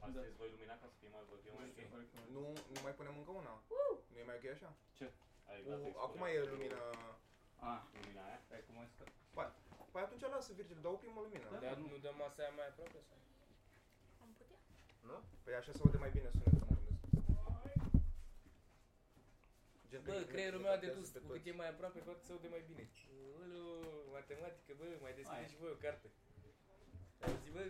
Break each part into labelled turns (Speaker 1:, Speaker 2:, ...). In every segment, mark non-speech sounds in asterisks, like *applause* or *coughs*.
Speaker 1: Da.
Speaker 2: Deci voi lumina ca să fie mai văd eu mai ok?
Speaker 3: Nu, nu mai punem încă una. Nu e mai ok așa?
Speaker 2: Ai dat
Speaker 3: Cu,
Speaker 2: expunerea.
Speaker 3: acum e lumina...
Speaker 1: Ah,
Speaker 2: Lumina aia?
Speaker 1: stai cum ai stă.
Speaker 3: Păi atunci lasă, Virgil, dau prima lumină.
Speaker 4: Dar nu dăm asta aia mai aproape sau?
Speaker 5: Am putea?
Speaker 3: Păi așa se aude mai bine sunetul, mă gândesc. Gen,
Speaker 4: Bă,
Speaker 3: că-
Speaker 4: creierul
Speaker 3: că
Speaker 4: meu a
Speaker 3: captează
Speaker 4: dedus,
Speaker 3: pe
Speaker 4: cu
Speaker 3: toți.
Speaker 4: cât e mai aproape, cu atât se aude mai bine. Ulu, matematică, bă, mai
Speaker 1: Aia.
Speaker 4: deschide și voi o carte. *laughs* Auzi, bă,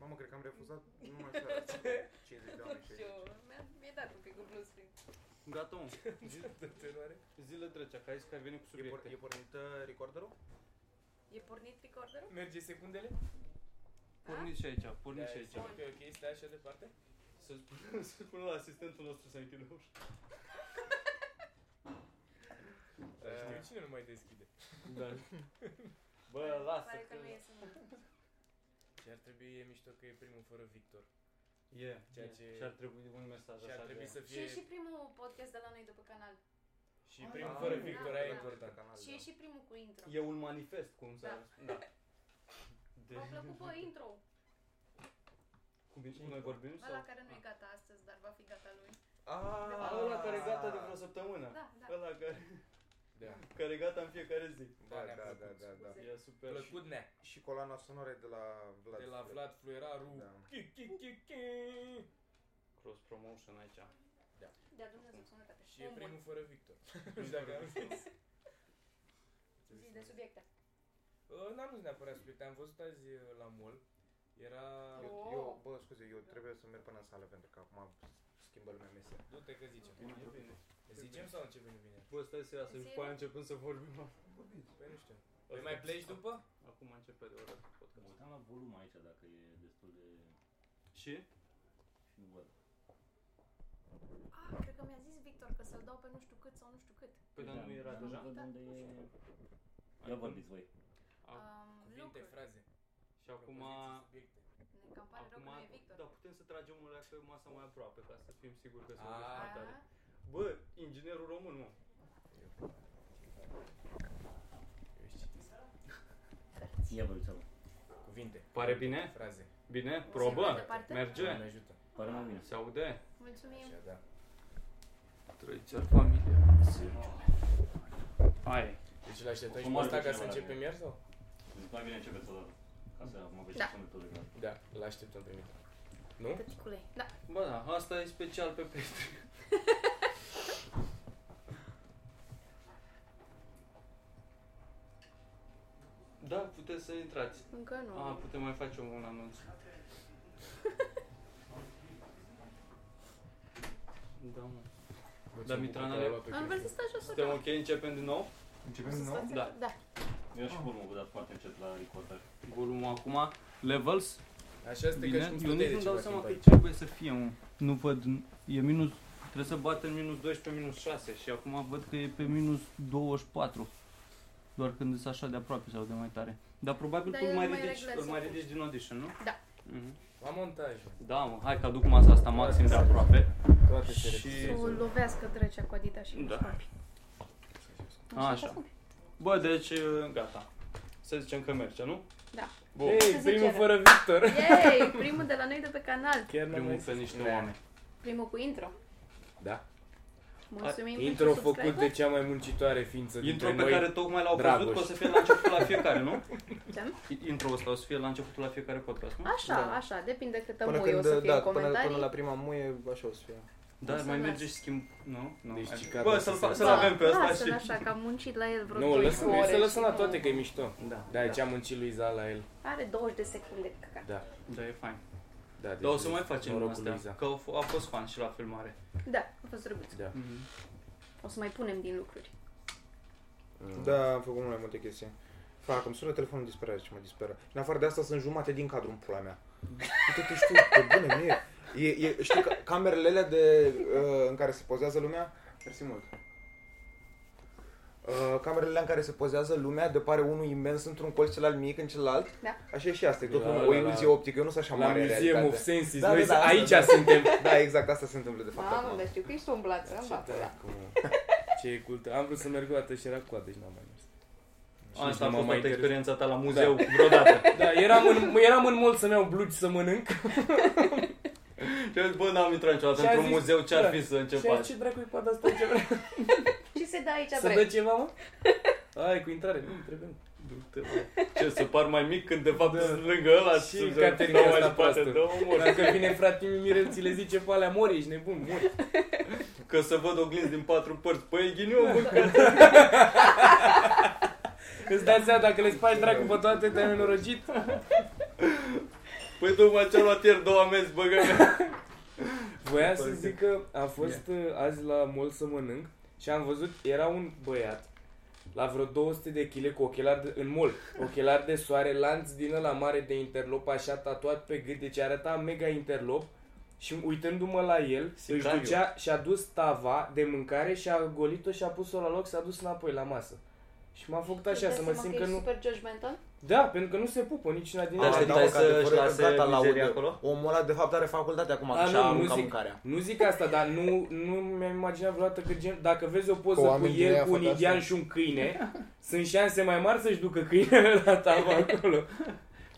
Speaker 3: Mamă, cred că am refuzat numai
Speaker 4: *laughs*
Speaker 3: seara. 50 de oameni și
Speaker 5: Și eu, mi-a, mi-a dat un pic cu plus prin.
Speaker 1: Gata, mă.
Speaker 4: tot în oare?
Speaker 1: Zile trecea, că ai zis că ai venit cu
Speaker 3: E, por- e
Speaker 1: subiecte.
Speaker 3: pornită recorderul?
Speaker 5: E pornit recorderul?
Speaker 4: Merge secundele?
Speaker 1: Pornit și aici, pornit și
Speaker 4: Da,
Speaker 1: aici.
Speaker 4: este ok, ok, stai așa departe.
Speaker 1: Să spun, să spun la asistentul nostru să închidă ușa.
Speaker 4: Dar știu cine nu mai deschide.
Speaker 1: Da. Bă, lasă
Speaker 5: Pare că
Speaker 1: că...
Speaker 5: nu iese
Speaker 1: *laughs*
Speaker 5: nimic.
Speaker 4: Și ar trebui, e mișto că e primul fără Victor.
Speaker 1: E,
Speaker 4: Ceea
Speaker 1: e.
Speaker 4: ce-
Speaker 1: Și ar trebui un mesaj
Speaker 4: Și ar
Speaker 1: așa
Speaker 4: trebui
Speaker 1: de...
Speaker 4: să
Speaker 5: Și e
Speaker 4: fie...
Speaker 5: și primul podcast de la noi de pe canal.
Speaker 4: Și primul
Speaker 3: Ah,
Speaker 4: fără
Speaker 3: da,
Speaker 4: Victor,
Speaker 5: da,
Speaker 4: aia e
Speaker 5: da.
Speaker 4: important.
Speaker 3: Canal,
Speaker 5: Și e și primul cu intro.
Speaker 1: E un manifest, cum să...
Speaker 5: Da.
Speaker 1: Da.
Speaker 5: V-a plăcut,
Speaker 1: *laughs*
Speaker 5: bă, intro
Speaker 1: Cum e? Cum noi vorbim?
Speaker 5: Ăla
Speaker 1: Sau?
Speaker 5: care nu e gata astăzi, dar va fi gata luni.
Speaker 3: Aaa!
Speaker 1: Ăla care e gata de vreo săptămână.
Speaker 5: Da, da.
Speaker 1: Ăla care,
Speaker 4: Da.
Speaker 1: care e gata în fiecare zi.
Speaker 3: Da,
Speaker 4: Da,
Speaker 3: da,
Speaker 4: ne-a
Speaker 3: da,
Speaker 4: plăcut.
Speaker 3: da, da.
Speaker 1: E super.
Speaker 4: Plăcut nea.
Speaker 3: Și coloana sonoră e de la Vlad.
Speaker 4: De la Vlad Flueraru.
Speaker 3: Da.
Speaker 4: Chi, chi, chi, chi.
Speaker 1: Cross promotion aici.
Speaker 5: De-a Dumnezeu, sănătate.
Speaker 4: Și e
Speaker 5: Omul.
Speaker 4: primul fără Victor. Nu știu dacă am zis.
Speaker 5: Zi de subiecte.
Speaker 4: Uh, N-am zis neapărat subiecte, am văzut azi uh, la mall. Era...
Speaker 5: Eu-
Speaker 3: Eu, eu, bă, scuze, eu trebuie să merg până în sală pentru că acum schimbă lumea mese.
Speaker 4: Du-te că zicem.
Speaker 1: Bine, bine.
Speaker 4: Zicem sau începem bine?
Speaker 1: Bă, stai serioasă, și
Speaker 5: Serios?
Speaker 1: după aia începând să vorbim.
Speaker 4: Păi nu știu. Păi mai pleci după?
Speaker 1: Acum începe de oră
Speaker 2: Mă
Speaker 1: podcast.
Speaker 2: uitam la volum aici, dacă e destul de...
Speaker 1: Și?
Speaker 2: și nu văd.
Speaker 5: Ah, cred că mi-a zis Victor că să-l dau pe nu știu cât sau nu știu cât.
Speaker 1: Păi dar nu era
Speaker 2: nu
Speaker 1: deja.
Speaker 2: văd
Speaker 5: Da,
Speaker 2: unde
Speaker 5: nu
Speaker 2: e...
Speaker 5: știu.
Speaker 2: Ia vorbiți voi.
Speaker 1: A-
Speaker 5: Um,
Speaker 4: Cuvinte,
Speaker 5: lucruri.
Speaker 4: fraze.
Speaker 1: Și acum...
Speaker 4: propoziții, subiecte.
Speaker 5: Ne cam pare rău că nu e Victor.
Speaker 1: da, putem să tragem un leac pe masa mai aproape, ca să fim siguri că se
Speaker 4: Ah.
Speaker 1: vorbește mai tare.
Speaker 5: Aha.
Speaker 1: Bă, inginerul român, mă.
Speaker 4: Eu își citesc.
Speaker 2: Ia vorbiți acum.
Speaker 4: Cuvinte.
Speaker 1: Pare bine?
Speaker 4: Fraze.
Speaker 1: Bine?
Speaker 5: mai
Speaker 1: Probă?
Speaker 5: departe?
Speaker 4: Doamne
Speaker 1: Merge?
Speaker 4: ajută.
Speaker 2: Pare mai bine.
Speaker 1: Se aude?
Speaker 5: Mulțumim.
Speaker 4: Așa, da.
Speaker 1: Trăiți familie. Hai.
Speaker 4: Deci l-așteptăm și
Speaker 2: Cum
Speaker 4: pe
Speaker 2: ar
Speaker 4: ăsta ca
Speaker 2: duce
Speaker 4: să
Speaker 2: la
Speaker 4: începem
Speaker 2: mine?
Speaker 4: iar sau?
Speaker 2: Zic mai bine începeți odată. Ca să mă vezi
Speaker 5: Da.
Speaker 2: ce sunetul de grad.
Speaker 4: Da, l-așteptăm pe Victor. Nu?
Speaker 5: Tăticule. Da.
Speaker 1: Bă, da, asta e special pe Petri. *laughs* da, puteți să intrați.
Speaker 5: Încă nu.
Speaker 1: A, putem mai face un anunț. da, mă. Da, Mitran are-
Speaker 5: Am vrut să stai jos
Speaker 1: Suntem
Speaker 5: acolo.
Speaker 1: ok? Începem din nou?
Speaker 3: Începem
Speaker 5: Să
Speaker 3: din nou?
Speaker 5: stați
Speaker 1: Da.
Speaker 5: acolo. Da.
Speaker 2: Eu și volumul, dar foarte încet la recorder.
Speaker 1: Volumul acum. Levels?
Speaker 4: Așa este că
Speaker 1: Bine.
Speaker 4: și cum
Speaker 1: Eu nici
Speaker 4: stăteai de
Speaker 1: nu dau
Speaker 4: ceva
Speaker 1: seama
Speaker 4: timp
Speaker 1: că
Speaker 4: aici.
Speaker 1: trebuie să fie, mă. Nu văd. E minus... Trebuie să bat în minus 12, minus 6 și acum văd că e pe minus 24. Doar când sunt așa de aproape sau de mai tare. Dar probabil
Speaker 5: Dar
Speaker 1: tu
Speaker 5: el
Speaker 1: îl mai
Speaker 5: nu mai
Speaker 1: ridici,
Speaker 5: reglează
Speaker 1: îl mai
Speaker 5: acum.
Speaker 1: ridici din audition, nu?
Speaker 5: Da.
Speaker 1: Mhm.
Speaker 4: La montajul.
Speaker 1: Da, mă, hai că aduc masa asta maxim de aproape.
Speaker 4: Toate se
Speaker 1: Și-
Speaker 4: repetează.
Speaker 5: O lovească drăcea cu Adidas și
Speaker 1: Da.
Speaker 5: Așa.
Speaker 1: Așa. Bă, deci e, gata. Să zicem că merge, nu?
Speaker 5: Da.
Speaker 1: Bun.
Speaker 4: Ei,
Speaker 5: Să
Speaker 4: primul
Speaker 5: zicem.
Speaker 4: fără Victor.
Speaker 5: Yay! Primul de la noi de pe canal.
Speaker 4: Chiar n-am
Speaker 1: Primul
Speaker 4: mai
Speaker 1: pe
Speaker 4: zis.
Speaker 1: niște
Speaker 4: Da.
Speaker 1: oameni.
Speaker 5: Primul cu intro.
Speaker 4: Da.
Speaker 5: Mulțumim pentru
Speaker 4: Intro făcut
Speaker 5: subscriber.
Speaker 4: de cea mai muncitoare ființă
Speaker 1: Intro
Speaker 4: dintre
Speaker 1: pe
Speaker 4: noi.
Speaker 1: care tocmai l-au văzut
Speaker 4: Dragoș.
Speaker 1: că o să fie la începutul la fiecare, nu?
Speaker 5: Ce?
Speaker 1: Intro ăsta o să fie la începutul la fiecare podcast, nu?
Speaker 5: Așa,
Speaker 4: Da.
Speaker 5: așa, depinde câtă
Speaker 3: Până
Speaker 5: muie o
Speaker 3: când,
Speaker 5: să fie
Speaker 3: da,
Speaker 5: în
Speaker 3: până,
Speaker 5: comentarii.
Speaker 3: până la prima muie, așa o să fie.
Speaker 1: Dar
Speaker 5: să
Speaker 1: mai
Speaker 5: las.
Speaker 1: merge și schimb... Nu? nu.
Speaker 4: Deci,
Speaker 1: Hai.
Speaker 4: cica,
Speaker 1: Bă,
Speaker 4: da,
Speaker 1: să-l,
Speaker 4: să
Speaker 1: fa-
Speaker 4: se-
Speaker 1: să-l avem pe ăsta
Speaker 5: lasă-l
Speaker 1: și...
Speaker 5: așa, că am muncit la el vreo
Speaker 4: Nu,
Speaker 5: 12
Speaker 4: lăsăm,
Speaker 5: ore
Speaker 4: să lăsăm la
Speaker 5: și
Speaker 4: toate
Speaker 5: nu-
Speaker 4: că e mișto.
Speaker 1: Da,
Speaker 4: Da, aici am muncit lui Iza la el.
Speaker 5: Are 20 de secunde, caca.
Speaker 4: Da.
Speaker 1: da, e fain.
Speaker 4: Da,
Speaker 1: Dar o să
Speaker 4: deci
Speaker 1: mai facem
Speaker 4: norocul lui
Speaker 1: astea,
Speaker 4: Iza.
Speaker 1: că au f- a fost fan și la filmare.
Speaker 5: Da, a fost drăguț.
Speaker 4: Da.
Speaker 1: Mm-hmm.
Speaker 5: O să mai punem din lucruri.
Speaker 3: Da, am făcut mult mai multe chestii. Fac, îmi sună telefonul disperat ce mă disperă. În afară de asta sunt jumate din cadru în pula mea. Uite-te știu, pe bune mie. E, e, știi că camerele alea de, uh, în care se pozează lumea, mersi mult. Uh, camerele alea în care se pozează lumea, depare unul imens într-un colț, celălalt mic în celăalt.
Speaker 5: Da.
Speaker 3: Așa e și asta, e tot
Speaker 4: La-
Speaker 3: un-
Speaker 4: la-
Speaker 3: o
Speaker 4: la-
Speaker 3: iluzie optică, eu nu sunt așa
Speaker 4: La
Speaker 3: mare în
Speaker 4: Museum of
Speaker 3: realitate.
Speaker 4: Senses,
Speaker 3: Da,
Speaker 4: noi
Speaker 3: da, da,
Speaker 4: aici
Speaker 3: asta, da. *laughs*
Speaker 4: suntem.
Speaker 3: Da, exact, asta se întâmplă de fapt
Speaker 5: Mamă,
Speaker 3: acum.
Speaker 5: dar știu că ești
Speaker 3: Da,
Speaker 5: umblat, am
Speaker 4: da. Ce
Speaker 5: dat
Speaker 4: tare, cum- Ce e cultă. Am vrut să merg o dată și era coadă și n-am mai mers. Și
Speaker 1: Asta a
Speaker 4: nu mă
Speaker 1: fost
Speaker 4: mai
Speaker 1: toată
Speaker 4: interes-
Speaker 1: experiența ta la muzeu vreodată.
Speaker 4: *laughs* Da, eram în, mă- eram în mult să-mi iau blugi să mănânc.
Speaker 1: Și am zis, bă, n-am intrat niciodată
Speaker 4: Și a
Speaker 1: într-un
Speaker 4: zis,
Speaker 1: muzeu, ce-ar
Speaker 4: da.
Speaker 1: fi să încep
Speaker 4: Ce,
Speaker 1: așa?
Speaker 4: ce dracu-i pe asta ce vrea?
Speaker 5: Ce se dă aici,
Speaker 4: Să
Speaker 5: bre?
Speaker 4: dă ceva, mă? Ai, cu intrare, nu, trebuie.
Speaker 1: Du-te, bă. Ce, să par mai mic când de fapt
Speaker 4: Da.
Speaker 1: sunt lângă ăla
Speaker 4: Și
Speaker 1: sunt
Speaker 4: Caterina
Speaker 1: două
Speaker 4: asta
Speaker 1: în spate,
Speaker 4: proastă.
Speaker 1: două omori.
Speaker 4: Dacă vine fratele meu Mirel, ți le zice pe alea, mori, ești nebun, mori.
Speaker 1: Că să văd oglinzi din patru părți. Păi, ghinion, bă, că...
Speaker 4: Îți dai seama, dacă le spași dracu pe toate, te-ai nenorocit.
Speaker 1: Păi, tocmai ce-a luat ieri două amenzi, *laughs* bă, că...
Speaker 4: Voiam să zic că a fost uh, azi la mall să mănânc și am văzut, era un băiat la vreo 200 de kg cu ochelari de, în mall, ochelari de soare, lanț din ăla mare de interlop, așa tatuat pe gât, deci arăta mega interlop și uitându-mă la el,
Speaker 1: Sicario.
Speaker 4: își ducea și-a dus tava de mâncare și a golit-o și a pus-o la loc, s-a dus înapoi la masă. Și m-a făcut așa,
Speaker 5: Îți dai
Speaker 4: să mă
Speaker 5: seama
Speaker 4: simt
Speaker 5: că
Speaker 4: că
Speaker 5: ești
Speaker 4: nu...
Speaker 5: super George Benton?
Speaker 4: Da, pentru că nu se pupă niciuna din
Speaker 1: Te
Speaker 4: ele.
Speaker 3: Ah,
Speaker 1: așteptai
Speaker 3: da, mă, că
Speaker 1: să-și
Speaker 3: adevărul e că
Speaker 1: lase
Speaker 3: gata, la
Speaker 1: mizeria
Speaker 3: udă.
Speaker 1: acolo?
Speaker 3: Omul ăla de fapt are facultate acum,
Speaker 1: Ah,
Speaker 4: A,
Speaker 3: că
Speaker 4: nu,
Speaker 3: și-a
Speaker 4: nu
Speaker 3: aruncat
Speaker 4: zic.
Speaker 3: mâncarea.
Speaker 4: Nu zic asta, dar nu, nu mi-am imaginat vreodată că gen, dacă vezi o poză
Speaker 3: Că
Speaker 4: cu
Speaker 3: oamenii din
Speaker 4: el,
Speaker 3: aia
Speaker 4: cu un
Speaker 3: fac
Speaker 4: indian
Speaker 3: asta.
Speaker 4: și un câine, *laughs* sunt șanse mai mari să-și ducă câinele *laughs* la tava acolo.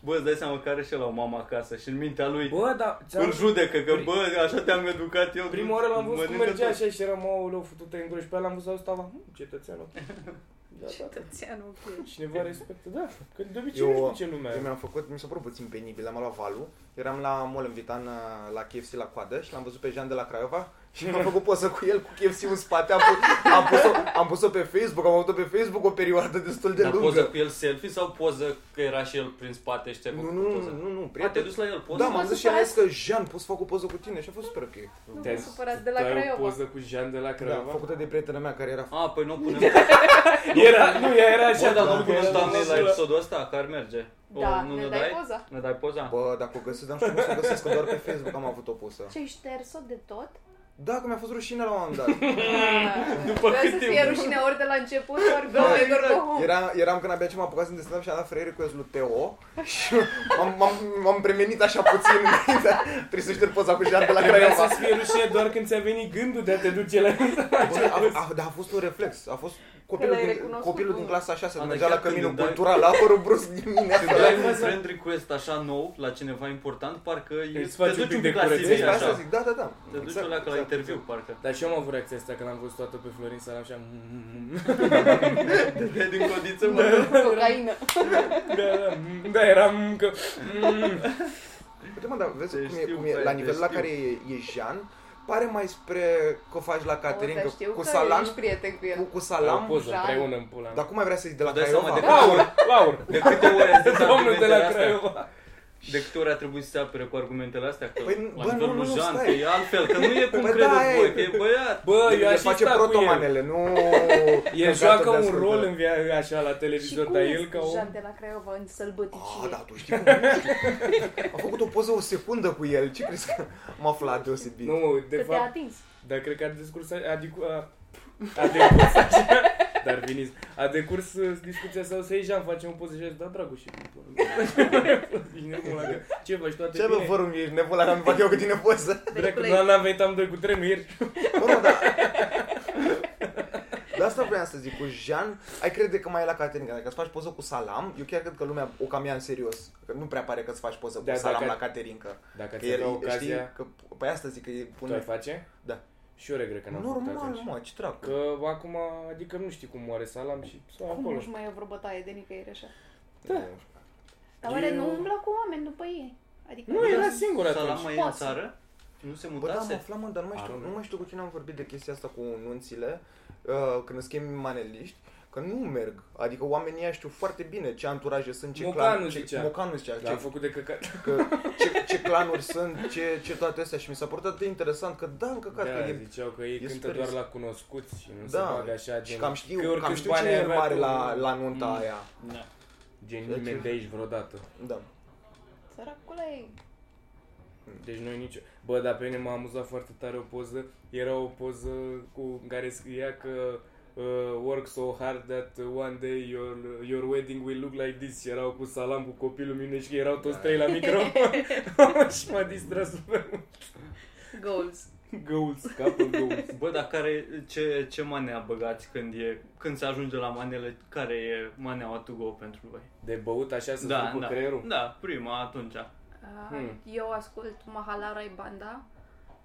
Speaker 1: Bă, îți dai seama că are și la o mamă acasă și în mintea lui...
Speaker 4: Bă, dar ți-am-
Speaker 1: Îl judecă, că
Speaker 4: Pri-
Speaker 1: bă, așa te-am educat eu.
Speaker 4: prima oară l-am văzut cum
Speaker 1: mănâncă
Speaker 4: mergea
Speaker 1: tot.
Speaker 4: așa și eram, aoleu, fătut în gură și pe aia l-am văzut, au stava, "Hm, cetățeanul. Da, da, da.
Speaker 5: Cetățeanul, ok.
Speaker 4: Cineva respectă, da, că de obicei
Speaker 3: Eu-
Speaker 4: nu știu ce lumea
Speaker 3: Eu
Speaker 4: e.
Speaker 3: mi-am făcut, mi s-a părut puțin penibil, am luat valul, eram la mall în Vitan, uh, la KFC la coadă și l-am văzut pe Jean de la Craiova și mi-am făcut poză cu el cu KFC în spate, am, pus, am, pus-o, am pus-o pe Facebook, am avut-o pe Facebook o perioadă destul de
Speaker 1: Dar
Speaker 3: lungă.
Speaker 1: poză cu el selfie sau poză că era și el prin spate și te-ai
Speaker 3: Nu,
Speaker 1: făcut
Speaker 3: nu,
Speaker 1: poză?
Speaker 3: nu, nu,
Speaker 1: A, te-ai
Speaker 3: prieten.
Speaker 1: dus la el, poză?
Speaker 3: Da,
Speaker 5: m-a
Speaker 3: m-am zis și am
Speaker 5: supărat.
Speaker 3: zis că Jean, poți să fac o poză cu tine și a fost super ok.
Speaker 5: Nu
Speaker 4: Te-ai-
Speaker 5: vă supărați de la
Speaker 4: tu ai o
Speaker 5: Craiova.
Speaker 4: poză cu Jean de la
Speaker 3: Da,
Speaker 4: Craiova?
Speaker 3: făcută de prietena mea care era
Speaker 1: A, păi nu o punem.
Speaker 4: Era, nu, ea era așa,
Speaker 1: Bă, dar nu-l
Speaker 4: că era
Speaker 1: cunosc doamnei la
Speaker 4: măsură.
Speaker 1: episodul ăsta, că ar merge. O,
Speaker 5: Da,
Speaker 1: nu
Speaker 5: ne
Speaker 1: ne
Speaker 5: dai
Speaker 1: dai?
Speaker 5: poza?
Speaker 1: Ne dai poza?
Speaker 3: Bă, dacă o găsesc, dar nu știu cum să o găsesc, că doar pe Facebook am avut-o pusă.
Speaker 5: Ce, ai șters-o de tot?
Speaker 3: Da, că mi-a fost rușine la un moment dat.
Speaker 5: După
Speaker 1: cât
Speaker 5: să
Speaker 1: timp?
Speaker 5: fie rușine ori de la început, ori două, ori
Speaker 3: exact.
Speaker 5: două.
Speaker 3: Era, eram când abia ce m-am apucat să de stand-up și am dat frere cu lui Teo și m-am, m-am, m-am premenit așa puțin înainte. Trebuie să șterg poza cu Jean de la
Speaker 4: Trebuia
Speaker 3: Craiova.
Speaker 4: să-ți fie rușine doar când ți-a venit gândul de a te duce la
Speaker 3: Bă, a, a, dar a fost un reflex. A fost copilul,
Speaker 5: l-ai
Speaker 3: din,
Speaker 5: recunoscut,
Speaker 3: copilul din
Speaker 5: nu?
Speaker 3: clasa 6,
Speaker 1: A,
Speaker 3: mergea
Speaker 1: dar chiar
Speaker 3: la
Speaker 1: Adică când
Speaker 3: căminul
Speaker 1: dai-
Speaker 3: cultural, a apărut brusc din mine.
Speaker 1: Când dai un
Speaker 4: Poza.
Speaker 1: friend request așa nou la cineva important, parcă e-
Speaker 4: faci
Speaker 1: te
Speaker 4: un
Speaker 1: duci
Speaker 4: pic
Speaker 1: un
Speaker 4: de
Speaker 1: pic la
Speaker 4: curățenie,
Speaker 1: CV
Speaker 3: Deci, asta
Speaker 1: așa.
Speaker 3: zic, da, da, da.
Speaker 1: Te duci o leacă la interviu, parcă.
Speaker 4: Dar și eu am avut reacția asta când am văzut toată pe Florin Salam și am... *laughs*
Speaker 1: Te dai din codiță, mă.
Speaker 5: Cocaină.
Speaker 4: Da, da, da, eram că...
Speaker 3: Uite mă, dar vezi
Speaker 1: Te
Speaker 3: cum e,
Speaker 1: știu,
Speaker 3: cum e
Speaker 1: băi,
Speaker 3: la
Speaker 1: te
Speaker 3: nivelul la
Speaker 1: știu.
Speaker 3: care e, e Jean, pare mai spre că o faci la Caterin,
Speaker 5: O, dar
Speaker 3: că
Speaker 5: știu
Speaker 3: cu
Speaker 5: că
Speaker 3: salam,
Speaker 5: ești prieten cu
Speaker 3: cu,
Speaker 5: el.
Speaker 3: cu
Speaker 4: La o
Speaker 3: salam,
Speaker 4: poză
Speaker 5: Jean.
Speaker 4: împreună în pula mea.
Speaker 3: dar cum mai vrea să zici de la
Speaker 1: Îți dai seama
Speaker 3: Craiova? Da,
Speaker 1: de-
Speaker 4: Laur, Laur!
Speaker 3: *laughs*
Speaker 1: De câte ori ai zis
Speaker 4: Domnul de
Speaker 1: argumentele
Speaker 4: la
Speaker 1: astea?
Speaker 4: Craiova!
Speaker 1: De câte ori a trebuit să se apere cu argumentele astea? Că
Speaker 3: Păi,
Speaker 1: la
Speaker 3: bă, nu,
Speaker 1: nivelul
Speaker 3: nu, nu,
Speaker 1: Jean,
Speaker 3: stai.
Speaker 1: că e altfel, că nu e cum
Speaker 3: Păi,
Speaker 1: credeți
Speaker 3: da,
Speaker 1: voi,
Speaker 3: e-
Speaker 1: că e băiat.
Speaker 4: Bă, eu
Speaker 3: Le
Speaker 4: aș fi
Speaker 3: face
Speaker 4: stat cu el.
Speaker 3: protomanele, nu...
Speaker 4: *laughs*
Speaker 3: căcatul
Speaker 4: El joacă
Speaker 3: de
Speaker 4: un
Speaker 3: ascultare.
Speaker 4: rol în via așa la
Speaker 5: Și
Speaker 4: televizor,
Speaker 5: cum
Speaker 4: dar el
Speaker 5: e
Speaker 4: ca om...
Speaker 5: Jean de la Craiova în
Speaker 3: Ah, da,
Speaker 5: sălbăticie?
Speaker 3: tu știi cum e. A făcut o poză o secundă cu el, ce crezi că m-a aflat deosebit?
Speaker 4: Nu, de
Speaker 5: Că te-a
Speaker 4: fapt,
Speaker 5: atins.
Speaker 4: dar cred că a discurs... Adică... A,
Speaker 3: *laughs*
Speaker 4: a decurs așa... Dar veniți. A decurs uh, discuția sau să iei Jean, facem o poză și a zis, da, dragul, și... *laughs* Ești nebun la gât. Ce faci, toate
Speaker 3: Ce bă,
Speaker 4: bine?
Speaker 3: vorum, ești nebula mea, mi fac eu cu tine poză.
Speaker 5: Deci,
Speaker 4: Dracu,
Speaker 5: cu
Speaker 4: nu
Speaker 5: lei.
Speaker 4: n-am venit amândoi cu trenul ieri.
Speaker 3: Bă, mă, da. De asta vreau să zic, cu Jean, ai crede că mai e la Caterinca. Dacă îți faci poză cu salam, eu chiar cred că lumea o cam ia în serios. Că nu prea pare că îți faci poză cu
Speaker 4: Da,
Speaker 3: salam
Speaker 4: dacă-
Speaker 3: la Caterinca.
Speaker 4: Dacă
Speaker 3: Că
Speaker 4: ți-ai
Speaker 3: el,
Speaker 4: dat
Speaker 3: știi,
Speaker 4: ocazia,
Speaker 3: că, păi asta zic, că e
Speaker 4: tu ai
Speaker 3: pune...
Speaker 4: face?
Speaker 3: Da.
Speaker 4: Și eu regret că n-am făcut
Speaker 3: Normal,
Speaker 4: atunci.
Speaker 3: mă, ce dracu.
Speaker 4: Că acum, adică nu știi cum moare salam și sau
Speaker 5: Cum
Speaker 4: acolo.
Speaker 5: nu-și mai e vreo bătaie de nicăieri așa?
Speaker 4: Da.
Speaker 5: Dar oare
Speaker 4: Eu-
Speaker 5: nu umbla cu oameni după ei? Adică
Speaker 4: Nu, era singur
Speaker 1: Salam
Speaker 4: atunci.
Speaker 1: mai e în
Speaker 5: Poți.
Speaker 1: țară? Nu se
Speaker 3: Bă, da, am
Speaker 1: mutase?
Speaker 3: aflat, mă, dar nu mai știu,
Speaker 4: Arme.
Speaker 3: nu mai știu cu cine am vorbit de chestia asta cu nunțile, uh, când îți chemi maneliști, că nu merg. Adică oamenii ăia știu foarte bine ce anturaje sunt, ce
Speaker 4: Mocanu
Speaker 3: clan- ce-
Speaker 4: zicea. Da.
Speaker 3: Mocanu zicea,
Speaker 4: L-am
Speaker 3: ce,
Speaker 4: făcut de căcat.
Speaker 3: că, ce, ce clanuri sunt, ce, ce toate astea și mi s-a părut atât de interesant că da, în căcat, că
Speaker 4: Da,
Speaker 3: e
Speaker 4: ziceau că ei
Speaker 3: e
Speaker 4: cântă
Speaker 3: super
Speaker 4: doar
Speaker 3: risc.
Speaker 4: la cunoscuți și nu se
Speaker 3: Da,
Speaker 4: bagă așa
Speaker 3: și
Speaker 4: gen...
Speaker 3: cam știu,
Speaker 4: oricât
Speaker 3: cam știu
Speaker 4: bani
Speaker 3: cine
Speaker 4: ai
Speaker 3: e
Speaker 4: avea
Speaker 3: mare
Speaker 4: tu,
Speaker 3: la, la nunta
Speaker 1: Mm.
Speaker 3: aia.
Speaker 1: Da.
Speaker 4: Gen
Speaker 3: Deci-
Speaker 4: nimeni de aici vreodată.
Speaker 3: Da.
Speaker 5: Săracule ei.
Speaker 4: Deci noi nici... Bă, dar pe mine m-a amuzat foarte tare o poză. Era o poză cu în care scria că uh, work so hard that one day your, your wedding will look like this. Și erau cu salam, cu copilul meu și Da. *laughs* erau toți trei la micro. și m-a distrat super mult.
Speaker 5: Goals.
Speaker 4: Găulț, capă găulț.
Speaker 1: Bă, dar care, ce, ce manea băgați când, e, când se ajunge la manele? Care e maneaua to go pentru voi?
Speaker 4: De băut așa să da,
Speaker 1: da,
Speaker 4: creierul?
Speaker 1: da, prima atunci.
Speaker 5: Ah,
Speaker 4: Hmm.
Speaker 5: Eu ascult Mahalarai Banda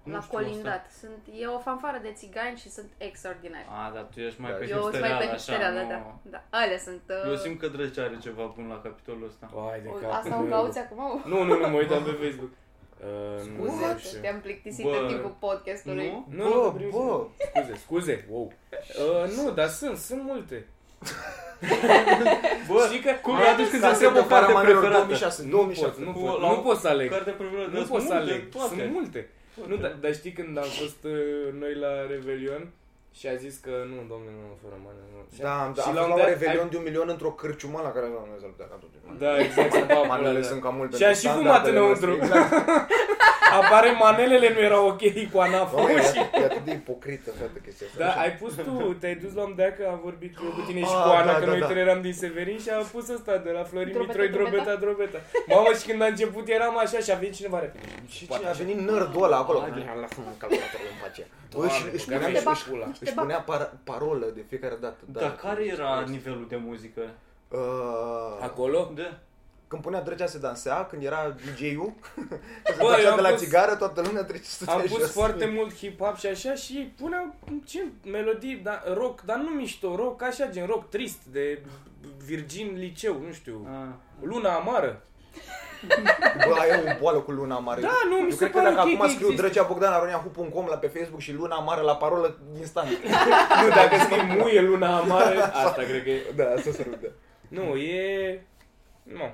Speaker 1: Nu
Speaker 5: la
Speaker 1: știu
Speaker 5: colindat. Sunt, e o fanfară de țigani și sunt extraordinari.
Speaker 1: A, dar tu ești mai
Speaker 3: Da,
Speaker 1: pe
Speaker 5: Eu sunt mai
Speaker 1: hipsterială,
Speaker 5: pe
Speaker 1: așa,
Speaker 5: hipsterea, da,
Speaker 1: nu...
Speaker 5: da. da. Alea sunt... Uh,
Speaker 1: Eu simt că Drăgea are ceva bun la capitolul ăsta.
Speaker 4: O, hai de
Speaker 5: o-
Speaker 4: cap.
Speaker 5: Asta
Speaker 4: *laughs*
Speaker 5: o cauți acum?
Speaker 4: Nu, nu, nu, mă uitam pe Facebook. Uh, nu, nu
Speaker 5: Scuze,
Speaker 4: știu.
Speaker 5: te-am plictisit
Speaker 1: Bă,
Speaker 5: în timpul podcastului.
Speaker 1: Nu?
Speaker 4: Nu, nu, nu, nu. Scuze, scuze, wow. Uh, nu, dar sunt, sunt multe.
Speaker 1: Bă,
Speaker 4: Știi că da,
Speaker 1: cum
Speaker 4: mai
Speaker 1: atunci
Speaker 4: ales
Speaker 1: când
Speaker 4: ca
Speaker 1: se întreabă
Speaker 4: întrebarea
Speaker 1: cartea
Speaker 4: manelor
Speaker 1: preferată?
Speaker 3: 2006,
Speaker 4: Nu pot,
Speaker 3: 2007.
Speaker 4: nu
Speaker 1: Cu-
Speaker 4: pot,
Speaker 1: la-
Speaker 4: nu pot să aleg.
Speaker 1: Carte preferată,
Speaker 4: Nu
Speaker 1: dar
Speaker 4: pot
Speaker 1: sunt
Speaker 4: să
Speaker 1: multe,
Speaker 4: aleg,
Speaker 1: toate.
Speaker 4: sunt multe. Nu, dar, dar știi când am fost uh, noi la Revelion și a zis că nu, domnule, nu, fără mană, nu. Și-
Speaker 3: Da, am
Speaker 4: și
Speaker 3: am
Speaker 4: l-am
Speaker 3: la un
Speaker 4: dat-
Speaker 3: revelion de un milion într-o cârciumă la care Doamne să-l dea atunci.
Speaker 4: Da, exact, să
Speaker 1: *laughs*
Speaker 4: fac
Speaker 3: Manele
Speaker 4: pula, da.
Speaker 3: sunt cam multe.
Speaker 4: Și a
Speaker 3: pentru
Speaker 4: și fumat
Speaker 3: standardele noastre,
Speaker 4: înăuntru.
Speaker 3: Exact.
Speaker 4: *laughs* Apare manelele nu erau ok cu anafa.
Speaker 3: Doamne, e, e atât de ipocrită toată chestia asta.
Speaker 4: Da,
Speaker 3: Așa.
Speaker 4: ai pus tu, te-ai dus la un dea că am vorbit eu cu tine și
Speaker 3: Ah,
Speaker 4: cu Ana,
Speaker 3: da,
Speaker 4: că
Speaker 3: da,
Speaker 4: noi
Speaker 3: da.
Speaker 4: trei eram din Severin și a pus ăsta de la Florin
Speaker 5: Drobeta,
Speaker 4: Mitroi, drobeta, drobeta. Mamă, și când a început eram așa și a venit cineva repede.
Speaker 3: Și
Speaker 4: Poate
Speaker 3: cine a
Speaker 4: așa.
Speaker 3: venit nerdul ăla acolo?
Speaker 4: Haide.
Speaker 3: Hai, Lasă-mă calculatorul în pace. Bă,
Speaker 4: Doamne,
Speaker 3: își- își
Speaker 4: băgarea
Speaker 3: punea-
Speaker 4: mea și
Speaker 5: bac.
Speaker 3: își-
Speaker 4: pula.
Speaker 3: Își punea par- parolă de fiecare dată. da.
Speaker 4: Da.
Speaker 1: Dar care era nivelul de muzică?
Speaker 3: Uh,
Speaker 4: Acolo?
Speaker 1: Da.
Speaker 3: Când punea drăgea se dansea, când era DJ-ul, când *laughs* se
Speaker 4: Bă, eu
Speaker 3: ducea
Speaker 4: am
Speaker 3: de la
Speaker 4: pus-
Speaker 3: țigară, toată lumea trece să
Speaker 4: Am
Speaker 3: stea
Speaker 4: pus
Speaker 3: jos.
Speaker 4: foarte mult hip-hop și așa și puneam ce, melodii da, rock, dar nu mișto, rock așa gen rock trist de Virgin Liceu, nu știu,
Speaker 1: A.
Speaker 4: Luna Amară.
Speaker 3: Bă, ai o boală cu Luna Mare.
Speaker 4: Da, nu, mi
Speaker 3: Eu
Speaker 4: se
Speaker 3: cred că
Speaker 4: pare
Speaker 3: dacă
Speaker 4: ok că
Speaker 3: acum scriu
Speaker 4: există.
Speaker 3: drăgea Bogdan Aronia Hupu.com la pe Facebook și Luna Mare la parolă
Speaker 4: *laughs*
Speaker 3: instant.
Speaker 4: Nu, dacă scrii muie Luna
Speaker 3: *laughs*
Speaker 4: Amară, asta cred că e.
Speaker 3: da, asta se râde.
Speaker 4: Nu, e... Nu.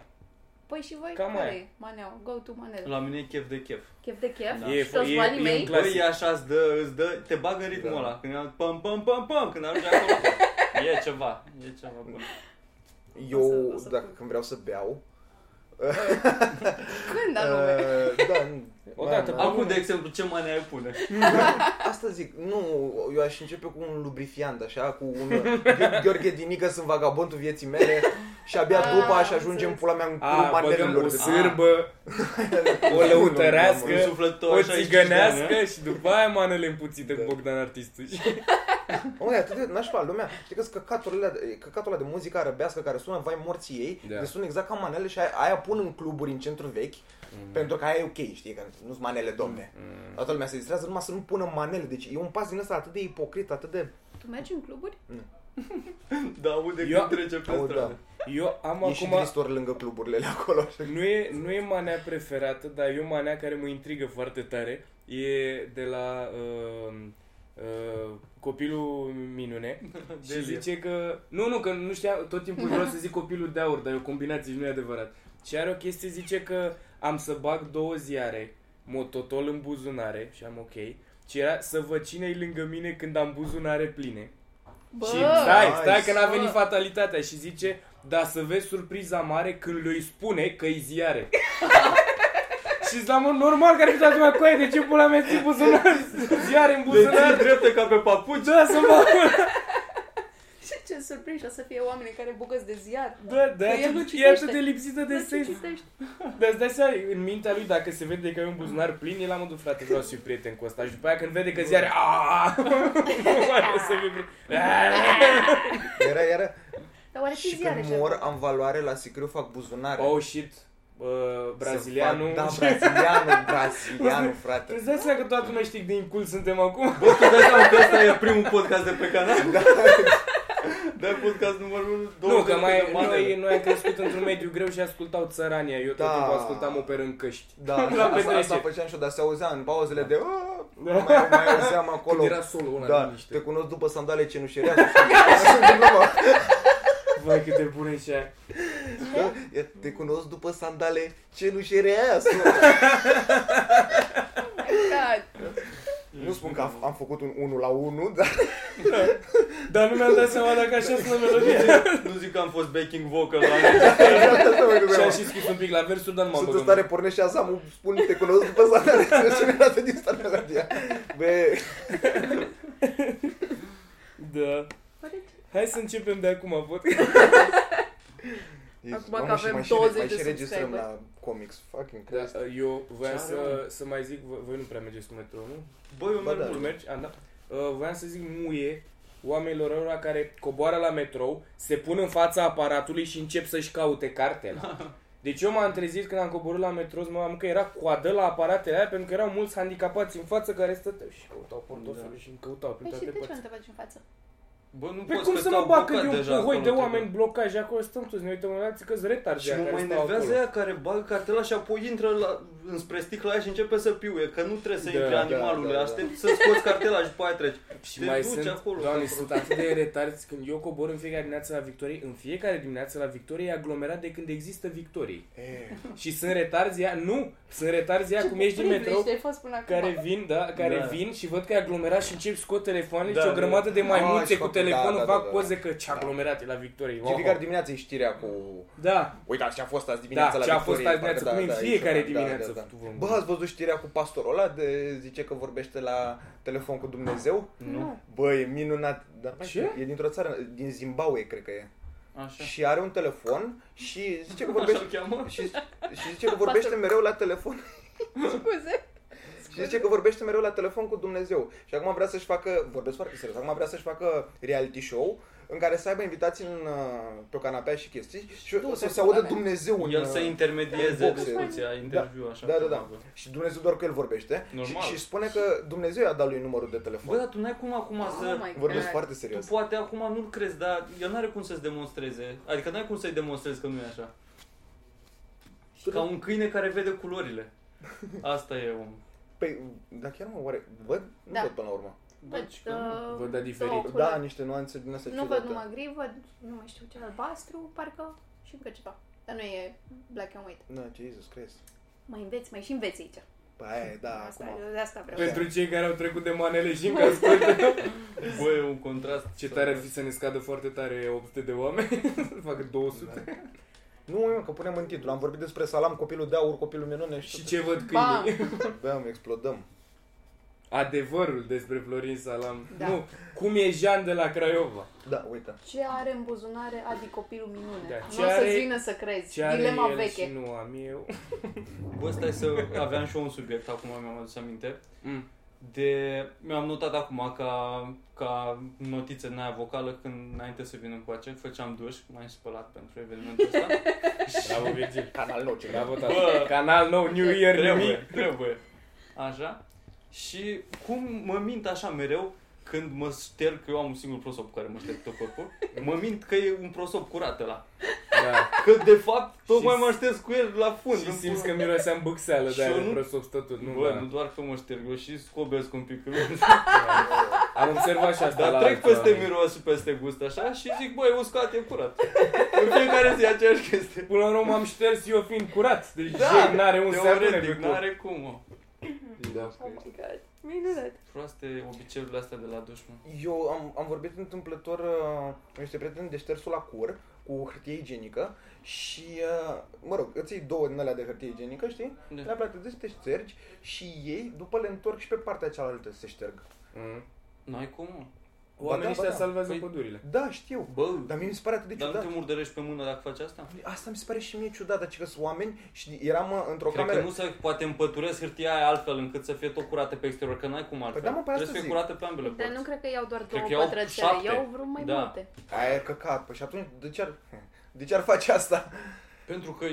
Speaker 5: Păi și voi
Speaker 4: Cam
Speaker 5: care
Speaker 4: aia.
Speaker 5: e maneaua? Go to manele.
Speaker 1: La mine e chef de chef.
Speaker 5: Chef de chef?
Speaker 1: Da.
Speaker 5: Și toți
Speaker 4: E- e-
Speaker 5: banii
Speaker 4: e
Speaker 5: mei?
Speaker 4: un Clasic.
Speaker 1: Băi, e așa, îți dă, îți dă, te bagă ritmul
Speaker 3: Da.
Speaker 1: ăla. Când am- pam, pam, pam, pam, când ajungi
Speaker 4: *laughs*
Speaker 1: acolo. E ceva, e ceva bun.
Speaker 5: O să-
Speaker 3: Eu,
Speaker 5: o să
Speaker 3: dacă
Speaker 5: pun.
Speaker 3: când vreau să beau,
Speaker 5: Când anume?
Speaker 3: uh, da, nu.
Speaker 4: Odată,
Speaker 3: Mai-
Speaker 4: pe
Speaker 3: mai-
Speaker 1: Acum, de exemplu, ce mai ai pune?
Speaker 3: Asta zic, nu, eu aș începe cu un lubrifiant, așa, cu un Gheorghe Dinică, sunt vagabondul vieții mele și abia
Speaker 5: Ah,
Speaker 3: după aș
Speaker 5: am
Speaker 3: ajunge în
Speaker 5: înțeles.
Speaker 3: pula mea în
Speaker 4: A,
Speaker 3: club
Speaker 4: băgăm o
Speaker 3: manelelor.
Speaker 4: sârbă,
Speaker 3: Ah.
Speaker 4: o lăutărească,
Speaker 1: Un suflător,
Speaker 4: o
Speaker 1: 65 de ani,
Speaker 4: țigănească și după aia manele împuțite
Speaker 3: Da.
Speaker 4: cu Bogdan Artistul.
Speaker 3: Măi, atât de nașpa lumea, știi că sunt căcaturile, alea- căcatul ăla de muzică arăbească care sună vai morții ei,
Speaker 4: Da.
Speaker 3: da. le sună exact ca manele și aia, aia pun în cluburi în centru vechi, pentru că aia e ok, știi, că nu-s manele domne.
Speaker 4: Mhm.
Speaker 3: Toată lumea se distrează numai să nu pună manele, deci e un pas din ăsta atât de ipocrit, atât de...
Speaker 5: Tu mergi în cluburi?
Speaker 1: Da, aude
Speaker 4: Eu-
Speaker 1: când trece pe
Speaker 3: Au, da.
Speaker 1: stradă.
Speaker 4: *laughs* Eu am
Speaker 3: E și
Speaker 4: acum...
Speaker 3: tristor lângă cluburile alea acolo, așa.
Speaker 4: Nu e, nu e manea preferată, dar e o manea care mă intrigă foarte tare. E de la uh, uh, copilul minune și
Speaker 1: Delie.
Speaker 4: zice că... Nu, nu, că nu știam, tot timpul vreau să zic copilul de aur, dar e o combinație și nu e adevărat. Și are o chestie, zice că am să bag două ziare, mototol în buzunare și am ok. Și era să vă cine lângă mine când am buzunare pline.
Speaker 5: Bă!
Speaker 4: Și stai, stai
Speaker 3: Nice.
Speaker 4: că n-a venit
Speaker 5: Bă.
Speaker 4: fatalitatea și zice Da, să vezi surpriza mare când lui spune că e
Speaker 1: *laughs*
Speaker 4: ziare Și zic, da, mă, normal care putea lumea coaie, de ce pula mea ți buzunar, ziare
Speaker 1: Le
Speaker 4: în
Speaker 1: Deci ții
Speaker 4: buzunar
Speaker 1: drepte ca pe papuci.
Speaker 4: Da, să
Speaker 1: *laughs*
Speaker 4: mă
Speaker 5: Și ce surprinși o să fie oamenii care bucăți de ziar.
Speaker 4: Da, da,
Speaker 5: Că Păi el nu
Speaker 4: e atât
Speaker 5: citește.
Speaker 4: de lipsită de
Speaker 5: Nu ce
Speaker 4: sens
Speaker 5: citești?
Speaker 4: Dar îți dai seama, în mintea lui, dacă se vede că e un buzunar plin, el a modul, frate, vreau să fiu prieten cu ăsta. Și după aia când vede că ziare, aaa, *laughs* nu mai vreau să fiu
Speaker 1: *laughs*
Speaker 4: prieten.
Speaker 3: Era, era,
Speaker 5: Dar oare ce
Speaker 3: Și
Speaker 5: ziare
Speaker 3: când mor, am valoare la sicriu, fac buzunare.
Speaker 4: Oh, shit, Uh, brazilianul
Speaker 3: Să Fac, da, brazilianul, brazilianul, frate.
Speaker 4: Îți dai seama că toată lumea știi de incul suntem acum?
Speaker 1: Bă, tu dai seama că ăsta e primul podcast de pe canal? Da. Da, podcast numărul 2.
Speaker 4: Nu, că mai, noi, noi am crescut într-un mediu greu și ascultau țărania. Eu tot
Speaker 3: Da.
Speaker 4: timpul ascultam operă în căști.
Speaker 3: Da,
Speaker 4: *laughs* La
Speaker 3: asta, asta
Speaker 4: petrecere.
Speaker 3: făceam și eu, dar se auzea în pauzele de... "Aaa", Mai, mai auzeam acolo.
Speaker 4: Când era solo ăla
Speaker 3: da,
Speaker 4: da.
Speaker 3: te
Speaker 4: niște.
Speaker 3: cunosc după sandale cenușerea. *laughs* Da,
Speaker 4: Vai cât de bune și aia.
Speaker 3: e- te cunosc după sandale cenușerea.
Speaker 4: *laughs*
Speaker 5: Da.
Speaker 3: Nu spun că am, am făcut un 1 la 1,
Speaker 4: *laughs*
Speaker 3: dar *laughs*
Speaker 4: Dar nu mi-am dat seama dacă așa sună
Speaker 3: *laughs*
Speaker 4: melodia.
Speaker 1: Nu zic că am fost backing vocal
Speaker 4: *laughs*
Speaker 1: la
Speaker 3: exact asta mă
Speaker 4: și
Speaker 3: gândeam.
Speaker 4: am și schis un pic la versuri, dar nu m-am
Speaker 3: Sunt în
Speaker 4: băgat.
Speaker 3: stare, pornește așa, mă spun, te cunosc după
Speaker 4: *laughs*
Speaker 3: Deci, sandale cenușerea, să din sandale melodia. Bă,
Speaker 4: Da. Hai să începem de acum, pot?
Speaker 3: Ești-
Speaker 5: Acum
Speaker 3: mamă,
Speaker 5: că
Speaker 3: și
Speaker 5: avem
Speaker 3: mai și re-
Speaker 5: 20
Speaker 3: mai
Speaker 5: de
Speaker 3: și registrăm
Speaker 5: subscriberi.
Speaker 3: la comics. Fucking
Speaker 4: Da,
Speaker 3: Christ.
Speaker 4: eu voiam
Speaker 3: Ce
Speaker 4: să,
Speaker 3: are?
Speaker 4: să mai zic, voi voi nu prea mergeți cu metrou, nu? Bă, eu
Speaker 3: Ba merg da.
Speaker 4: Nu
Speaker 3: mult.
Speaker 4: mergi? A, da. Uh, voiam să zic muie oamenilor ăla care coboară la metrou, se pun în fața aparatului și încep să-și caute
Speaker 1: *laughs*
Speaker 4: cartela. Deci eu m-am trezit când am coborât la metrou, mă am că era coadă la aparatele aia pentru că erau mulți handicapați în față care stăteau și căutau portofelul
Speaker 1: Da.
Speaker 4: și îmi căutau prin
Speaker 5: Păi și
Speaker 4: toate
Speaker 5: de ce nu
Speaker 4: părțile.
Speaker 5: te faci în față?
Speaker 1: Bă, nu
Speaker 4: Pe
Speaker 1: pot
Speaker 4: Păi cum
Speaker 1: că
Speaker 4: să
Speaker 1: stau
Speaker 4: mă bag
Speaker 1: blocat
Speaker 4: eu
Speaker 1: deja
Speaker 4: cu hoi
Speaker 1: acolo,
Speaker 4: de
Speaker 1: te
Speaker 4: oameni
Speaker 1: bag.
Speaker 4: blocaje acolo, stăm toți, ne uităm la alții că-s retarzi
Speaker 1: Și
Speaker 4: aia
Speaker 1: mă
Speaker 4: care
Speaker 1: mai
Speaker 4: stau
Speaker 1: enervează
Speaker 4: acolo.
Speaker 1: aia care bag cartela și apoi intră la, înspre sticla aia și începe să piuie, că nu trebuie să
Speaker 4: Da,
Speaker 1: intre
Speaker 4: da,
Speaker 1: animalul,
Speaker 3: da, da.
Speaker 1: aștept să scoți cartela și după aia treci.
Speaker 4: Și
Speaker 1: Te
Speaker 4: mai
Speaker 1: duci
Speaker 4: sunt,
Speaker 1: acolo,
Speaker 4: doamne,
Speaker 1: acolo.
Speaker 4: sunt atât de retarzi când eu cobor în fiecare dimineață la Victorie, în fiecare dimineață la Victorie e aglomerat de când există Victorie.
Speaker 3: E,
Speaker 4: Și sunt retarzi ea, nu, sunt retarzi ea cum ești din metrou,
Speaker 5: ai fost până acum.
Speaker 4: care vin, da, care
Speaker 1: Da.
Speaker 4: vin și văd că e aglomerat și încep scot telefoanele
Speaker 1: Da,
Speaker 4: și o
Speaker 1: da.
Speaker 4: grămadă de
Speaker 3: Ah,
Speaker 4: maimuțe
Speaker 3: și
Speaker 4: cu
Speaker 3: fac- da,
Speaker 4: telefonul,
Speaker 3: da,
Speaker 4: fac
Speaker 3: da, da.
Speaker 4: poze că ce aglomerat e la Victorie.
Speaker 3: în
Speaker 4: Wow.
Speaker 3: fiecare dimineață e știrea cu...
Speaker 4: Da,
Speaker 3: Uitați ce a fost azi
Speaker 4: da,
Speaker 3: dimineața la
Speaker 4: ce a fost
Speaker 3: Victorie,
Speaker 4: azi
Speaker 3: parcă
Speaker 4: dimineață,
Speaker 3: da,
Speaker 4: cum e în
Speaker 3: da, e
Speaker 4: fiecare
Speaker 3: ceva, da,
Speaker 4: dimineață.
Speaker 3: da, da.
Speaker 4: tu vă
Speaker 3: Bă, ați văzut știrea cu pastorul ăla de zice că vorbește la telefon cu Dumnezeu?
Speaker 5: Nu.
Speaker 3: Bă, e minunat. Da,
Speaker 4: Ce?
Speaker 3: E dintr-o țară, din Zimbabwe, cred că e.
Speaker 1: Așa.
Speaker 3: Și are un telefon și zice că
Speaker 1: Așa
Speaker 3: vorbește
Speaker 1: o cheamă?
Speaker 3: și, și zice că vorbește mereu la telefon
Speaker 5: Scuze.
Speaker 3: și zice că vorbește mereu la telefon cu Dumnezeu. Și acum vrea să-și facă, vorbesc foarte serios, acum vrea să-și facă reality show în care să aibă invitații în, uh, pe o canapea și chestii și
Speaker 5: Du-te,
Speaker 3: să se audă
Speaker 5: pula mea.
Speaker 3: Dumnezeu în,
Speaker 1: El să
Speaker 3: uh,
Speaker 1: intermedieze
Speaker 3: Boxe.
Speaker 1: discuția, interviu, așa.
Speaker 3: da, da,
Speaker 1: ceva,
Speaker 3: da.
Speaker 1: bă.
Speaker 3: Și Dumnezeu doar că el vorbește și,
Speaker 1: Normal.
Speaker 3: și, spune că Dumnezeu i-a dat lui numărul de telefon.
Speaker 1: Bă, dar tu n-ai cum acum
Speaker 5: Oh
Speaker 1: să...
Speaker 5: my
Speaker 3: Vorbesc
Speaker 5: God.
Speaker 3: foarte
Speaker 1: Tu
Speaker 3: serios.
Speaker 1: poate acum nu-l crezi, dar el n-are cum să-ți demonstreze. Adică n-ai cum să-i demonstrezi că nu e așa. Ca
Speaker 3: da.
Speaker 1: un câine care vede culorile. Asta e om.
Speaker 3: Păi, dar chiar mă, oare, văd? Nu
Speaker 5: Da.
Speaker 3: văd până la urmă.
Speaker 5: Văd,
Speaker 1: Deci că nu.
Speaker 5: uh,
Speaker 4: Văd, da, diferit.
Speaker 5: două culori.
Speaker 3: Da, niște nuanțe din astea
Speaker 5: Nu văd
Speaker 3: ciudate.
Speaker 5: numai gri, văd, nu mai știu ce, albastru, parcă, și încă ceva. Dar nu e black and white.
Speaker 3: Da, Jesus Christ.
Speaker 5: Mai înveți, mai și înveți aici.
Speaker 3: Păi, aia e, da,
Speaker 5: asta,
Speaker 3: acum.
Speaker 5: de asta vreau.
Speaker 4: Pentru cei care au trecut de manele și încă ascultă.
Speaker 1: Bă, e un contrast.
Speaker 4: Ce tare ar fi să ne scadă foarte tare 800 de oameni, *laughs* să facă 200.
Speaker 3: Nu, mă, că punem în titlu. Am vorbit despre salam, copilul de aur, copilul minune și,
Speaker 4: Și ce văd
Speaker 5: Bam!
Speaker 4: câinii?
Speaker 3: Bam, explodăm.
Speaker 4: Adevărul despre Florin Salam.
Speaker 5: Da.
Speaker 4: Nu, cum e Jean de la Craiova.
Speaker 3: Da, uite.
Speaker 5: Ce are în buzunare Adi copilul minune?
Speaker 4: Da, ce
Speaker 5: nu o să-ți
Speaker 4: are-
Speaker 5: vină să crezi.
Speaker 4: Ce are
Speaker 5: Dilema
Speaker 4: el
Speaker 5: veche.
Speaker 4: și nu am
Speaker 1: *laughs*
Speaker 4: eu.
Speaker 1: Bă, stai să aveam și eu un subiect, acum mi-am adus aminte.
Speaker 4: Mm.
Speaker 1: De... Mi-am notat acum ca, ca notițe în aia vocală când înainte să vin încoace, făceam duș, m-am spălat pentru evenimentul
Speaker 4: *laughs*
Speaker 1: ăsta.
Speaker 4: Bravo, Virgil.
Speaker 3: Canal da. nou, ce
Speaker 4: Bravo, tată.
Speaker 1: Bă.
Speaker 4: Canal nou, New Year,
Speaker 1: trebuie,
Speaker 4: nimic.
Speaker 1: trebuie. Așa. Și cum mă mint așa mereu când mă șterg, că eu am un singur prosop cu care mă șterg tot corpul, mă mint că e un prosop curat ăla.
Speaker 4: Da.
Speaker 1: Că de fapt tocmai
Speaker 4: Și-
Speaker 1: mă șterg cu el la fund.
Speaker 4: Și
Speaker 1: în
Speaker 4: simți
Speaker 1: pula
Speaker 4: că miroseam bâxeală,
Speaker 1: Și
Speaker 4: dar
Speaker 1: eu
Speaker 4: nu
Speaker 1: nu-
Speaker 4: vreau să tot, tot. Nu,
Speaker 1: Bă,
Speaker 4: da.
Speaker 1: nu doar că mă șterg, eu și scobesc un pic.
Speaker 4: Am observat și asta la
Speaker 1: Dar trec
Speaker 4: alți
Speaker 1: peste
Speaker 4: oameni.
Speaker 1: miros și peste gust așa și zic, băi, uscat e curat. În fiecare zi e aceeași chestie.
Speaker 4: Până la urmă m-am șters eu fiind curat. Deci
Speaker 1: Da,
Speaker 4: da, n-are un seamănă
Speaker 1: Teoretic,
Speaker 4: cu
Speaker 1: nu are cum, mă.
Speaker 4: Da.
Speaker 5: Oh my god, minunat.
Speaker 1: Proaste obiceiurile astea de la duș, mă.
Speaker 3: Eu am, am vorbit întâmplător uh, cu niște prieteni de ștersul la cur cu hârtie igienică și, uh, mă rog, îți iei două din alea de hârtie igienică, știi?
Speaker 1: Da.
Speaker 3: Le platezi, te ștergi și ei, după le întorc și pe partea cealaltă să se șterg.
Speaker 4: Mm.
Speaker 1: N-ai cum, mă.
Speaker 4: Oamenii
Speaker 3: Ba da, ba
Speaker 4: ăștia
Speaker 3: da.
Speaker 4: salvează
Speaker 1: Păi-
Speaker 4: *laughs* pădurile.
Speaker 3: Da, știu.
Speaker 1: Bă,
Speaker 3: Dar mie mi se pare atât de
Speaker 1: dar nu
Speaker 3: ciudat.
Speaker 1: te murdărești pe mână dacă faci asta?
Speaker 3: Asta mi se pare și mie ciudat, adică sunt oameni și eram uh, într-o
Speaker 1: Cred
Speaker 3: cameră...
Speaker 1: că nu se poate împăturesc hârtia aia altfel încât să fie tot curată pe exterior, că n-ai cum altfel.
Speaker 3: da, mă, pe asta
Speaker 1: Trebuie să fie
Speaker 3: zic.
Speaker 1: curată pe ambele
Speaker 5: Dar
Speaker 1: părți.
Speaker 5: nu cred că iau doar
Speaker 1: Cred
Speaker 5: două
Speaker 1: că iau
Speaker 5: pătrățele,
Speaker 1: șapte.
Speaker 5: iau vreo mai
Speaker 1: Da.
Speaker 5: multe.
Speaker 3: Aia e căcat, păi și atunci de ce ar, *laughs* de ce ar face asta?
Speaker 1: Pentru că,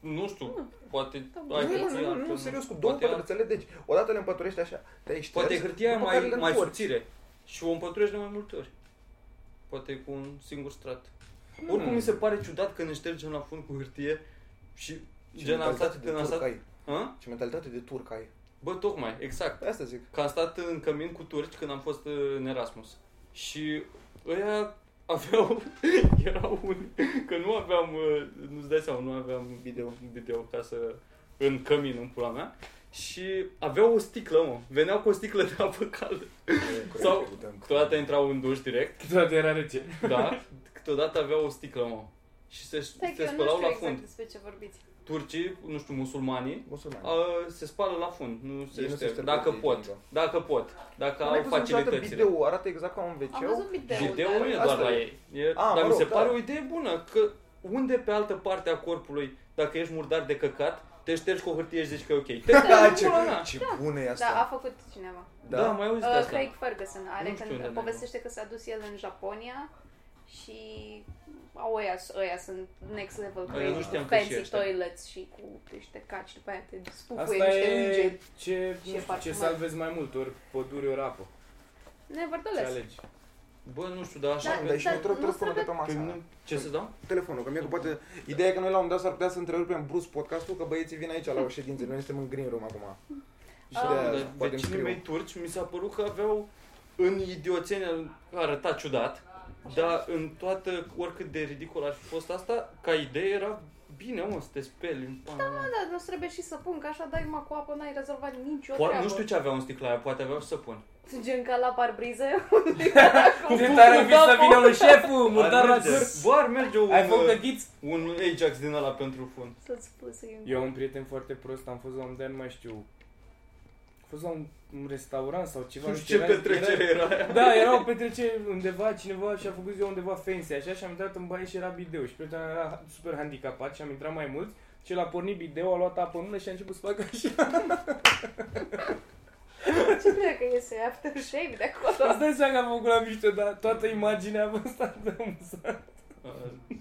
Speaker 1: nu știu, poate
Speaker 5: Nu, Da,
Speaker 1: ai
Speaker 3: nu,
Speaker 1: hârtie
Speaker 3: nu, nu, nu,
Speaker 1: altfel,
Speaker 3: serios, cu două
Speaker 1: Poate e
Speaker 3: pătrățele, deci, odată le împăturești așa, te-ai șters,
Speaker 1: Poate hârtia e
Speaker 3: după care
Speaker 1: mai,
Speaker 3: le
Speaker 1: mai
Speaker 3: întorci.
Speaker 1: subțire și o împăturești de mai multe ori. Poate cu un singur strat.
Speaker 3: Hmm.
Speaker 4: Mm.
Speaker 1: Oricum mi se pare ciudat că ne ștergem la fund cu hârtie și,
Speaker 3: Ce
Speaker 1: gen am
Speaker 3: mentalitate
Speaker 1: stat,
Speaker 3: de
Speaker 1: când am
Speaker 3: turc
Speaker 1: stat...
Speaker 3: ai.
Speaker 1: Hă?
Speaker 3: Ce mentalitate de turc ai.
Speaker 1: Bă, tocmai, exact.
Speaker 3: Asta
Speaker 1: *laughs*
Speaker 3: zic.
Speaker 1: Că am stat în cămin cu turci când am fost uh, în Erasmus. Și ăia aveau, *laughs* erau un, că nu aveam, uh, nu-ți dai seama, nu aveam
Speaker 3: Video.
Speaker 1: video ca să, în cămin, în pula mea. Și aveau o sticlă, mă. Veneau cu o sticlă de apă caldă. Sau- Câteodată intrau în duș
Speaker 3: *laughs*
Speaker 1: direct,
Speaker 4: Câteodată era rece.
Speaker 1: da, câteodată aveau o sticlă, mă. Și se,
Speaker 5: Stai
Speaker 1: se
Speaker 5: că eu nu
Speaker 1: spălau
Speaker 5: știu
Speaker 1: la
Speaker 5: exact
Speaker 1: fund.
Speaker 5: despre ce vorbiți.
Speaker 1: Turcii, nu știu, musulmanii,
Speaker 3: Musulmani.
Speaker 1: a, se spală la fund, nu se,
Speaker 3: Ei nu se
Speaker 1: șterg,
Speaker 3: șterg
Speaker 1: dacă
Speaker 3: ei,
Speaker 1: pot,
Speaker 3: niciodată.
Speaker 1: dacă pot, dacă
Speaker 3: Dar n-ai
Speaker 1: au
Speaker 3: pus niciodată
Speaker 1: facilitățile.
Speaker 3: video arată exact ca un
Speaker 5: Am
Speaker 3: weceu? *laughs*
Speaker 5: văzut video.
Speaker 1: Videoul nu e
Speaker 3: Asta
Speaker 1: doar la
Speaker 3: e.
Speaker 1: ei, e,
Speaker 3: A,
Speaker 1: dar
Speaker 3: Ah, mă
Speaker 1: mi se
Speaker 3: rog, da.
Speaker 1: pare o idee bună, că unde pe altă parte a corpului, dacă ești murdar de căcat, te ștergi cu o hârtie și zici că e ok. Te
Speaker 3: Da, ce,
Speaker 1: pula mea.
Speaker 3: ce bună e
Speaker 5: Da, a
Speaker 3: asta.
Speaker 5: făcut cineva.
Speaker 1: Da, da mai auzi de
Speaker 5: Uh,
Speaker 1: asta.
Speaker 5: Craig Ferguson are
Speaker 1: Nu știu unde
Speaker 5: când
Speaker 1: ne-a
Speaker 5: povestește că s-a dus el în Japonia și au ăia, ăia sunt next level
Speaker 1: Eu
Speaker 5: crazy,
Speaker 1: nu
Speaker 5: cu
Speaker 1: știam că și
Speaker 5: fancy
Speaker 1: ăștia.
Speaker 5: toilets și cu niște caci, după aia te spupuie
Speaker 4: Asta
Speaker 5: niște
Speaker 4: e
Speaker 5: îngeri.
Speaker 4: ce,
Speaker 5: și e
Speaker 4: nu știu, ce
Speaker 5: parfumat.
Speaker 4: salvezi mai mult, ori pădure, ori apă. Ce
Speaker 5: Nevertheless.
Speaker 4: alegi?
Speaker 1: Bă, nu știu, dar așa
Speaker 5: Da,
Speaker 3: Da,
Speaker 1: că...
Speaker 3: dar și
Speaker 5: dar
Speaker 3: mi-a
Speaker 5: nu
Speaker 3: telefonul de
Speaker 5: trebuie-
Speaker 3: pe
Speaker 1: că
Speaker 3: masă.
Speaker 1: nu... Ce să dau?
Speaker 3: Telefonul, că mie că poate... Ideea e că noi la un dat s-ar putea să întrerupem brusc podcastul, că băieții vin aici la o ședință. Noi suntem în green room acum. Și
Speaker 5: Ah.
Speaker 3: de-aia
Speaker 1: Dar
Speaker 3: poate îmi
Speaker 1: vecinii
Speaker 3: scriu.
Speaker 1: mei turci mi s-a părut că aveau în idioțenie, arăta ciudat, dar în toată, oricât de ridicol ar fi fost asta, ca idee era bine, mă, să te speli în pana mea.
Speaker 5: Da, nu trebuie și să pun, că așa dai mă cu apă, n-ai rezolvat nicio
Speaker 1: Poate,
Speaker 5: treabă.
Speaker 1: nu știu ce avea în sticla aia, poate aveau și săpun.
Speaker 5: Gen ca la parbrize.
Speaker 4: Ce tare ar fi să vină un șeful, murdar
Speaker 1: Ar
Speaker 4: la
Speaker 1: merge.
Speaker 4: tur.
Speaker 1: Bă, ar merge un,
Speaker 4: Ai făcut
Speaker 1: uh,
Speaker 4: ghiți?
Speaker 1: un Ajax din ăla pentru fund.
Speaker 5: *laughs* Să-ți spun să e
Speaker 4: Eu am un prieten foarte prost, am fost la un dat, nu mai știu. Am fost la un, un restaurant sau ceva.
Speaker 1: Nu
Speaker 4: știu,
Speaker 1: știu ce
Speaker 4: era-
Speaker 1: petrecere era aia.
Speaker 4: Era, da, era o petrecere undeva, cineva și-a făcut ziua undeva fancy, așa, și am intrat în baie și era bideu. Și prietenul meu era super handicapat și am intrat mai mult. Și l-a pornit bideu, a luat apă în mână și a început să facă *laughs* așa.
Speaker 5: Ce trebuie că iese aftershave de
Speaker 1: *laughs*
Speaker 5: acolo?
Speaker 4: Asta dai seama că am făcut la mișto, dar toată imaginea a fost atât de amuzantă.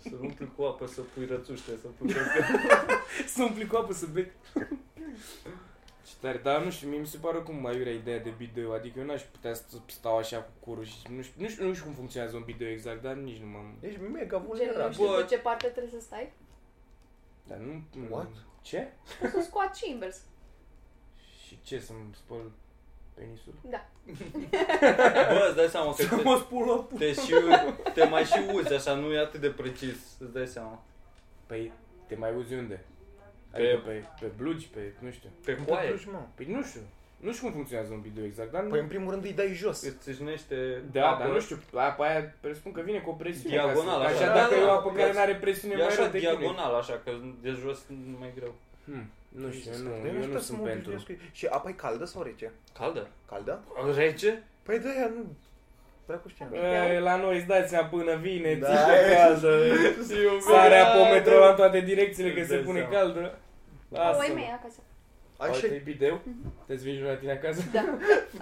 Speaker 1: Să umpli cu apă, să pui rățuște, să pui
Speaker 4: Să umpli cu apă să *laughs* bei. Ce tare, dar nu știu, mie mi se pare cum mai iurea ideea de bideu, adică eu n-aș putea să stau așa cu curul și nu știu, nu știu, nu știu cum funcționează un bideu exact, dar nici nu m-am...
Speaker 3: Ești mega
Speaker 5: Gen, nu
Speaker 3: vulnerabil.
Speaker 5: știu
Speaker 1: bă.
Speaker 5: pe ce parte trebuie să stai.
Speaker 4: Dar nu...
Speaker 3: What?
Speaker 4: Ce?
Speaker 5: Poți să scoat și invers.
Speaker 4: Și ce, să-mi spăl penisul?
Speaker 5: Da.
Speaker 1: Bă, îți dai seama că te,
Speaker 4: Mă spun la pu...
Speaker 1: te,
Speaker 4: *laughs*
Speaker 1: și, te mai și uzi, așa, nu e atât de precis, îți dai seama.
Speaker 4: Păi, te mai uzi unde?
Speaker 1: Pe-
Speaker 4: Adică pe, pe blugi, pe... nu știu.
Speaker 1: Pe
Speaker 3: Nu te
Speaker 1: coaie.
Speaker 3: duci, mă.
Speaker 4: Păi nu știu. Nu știu cum funcționează un bideu exact, dar nu...
Speaker 3: Păi în primul rând îi dai jos.
Speaker 1: Îți țâșnește
Speaker 4: Da, dar nu știu, la pe aia presupun că vine cu o presiune.
Speaker 1: Diagonal,
Speaker 4: ca să-
Speaker 1: așa.
Speaker 4: Așa,
Speaker 1: Da,
Speaker 4: dacă
Speaker 1: da,
Speaker 4: e o
Speaker 1: da.
Speaker 4: apă care nu are presiune,
Speaker 1: E
Speaker 4: mai
Speaker 1: așa
Speaker 4: rău decât nu e.
Speaker 1: diagonal, așa, că de jos e mai greu.
Speaker 4: Hmm, nu știu,
Speaker 3: Jesus
Speaker 4: nu,
Speaker 3: Christ,
Speaker 4: eu
Speaker 3: aș
Speaker 4: nu
Speaker 3: putea să
Speaker 4: sunt
Speaker 3: mă
Speaker 4: pentru.
Speaker 3: obișnuiesc cu- Și apa e caldă sau rece?
Speaker 1: Caldă?
Speaker 3: Caldă?
Speaker 1: Rece?
Speaker 3: Păi da, ea nu... Dracu știa.
Speaker 4: E, la noi îți dai seama până vine,
Speaker 3: Da,
Speaker 4: da, țipe
Speaker 3: e.
Speaker 4: caldă. Sare apă
Speaker 3: Da,
Speaker 4: metro
Speaker 3: da.
Speaker 4: în toate direcțiile că
Speaker 1: Îți
Speaker 4: se
Speaker 1: dai
Speaker 4: pune
Speaker 1: seama.
Speaker 4: caldă.
Speaker 5: O
Speaker 4: Lasă-mă.
Speaker 5: e mea acasă.
Speaker 3: Așa
Speaker 4: Poate e bideu? Te vin la tine acasă?
Speaker 5: Da.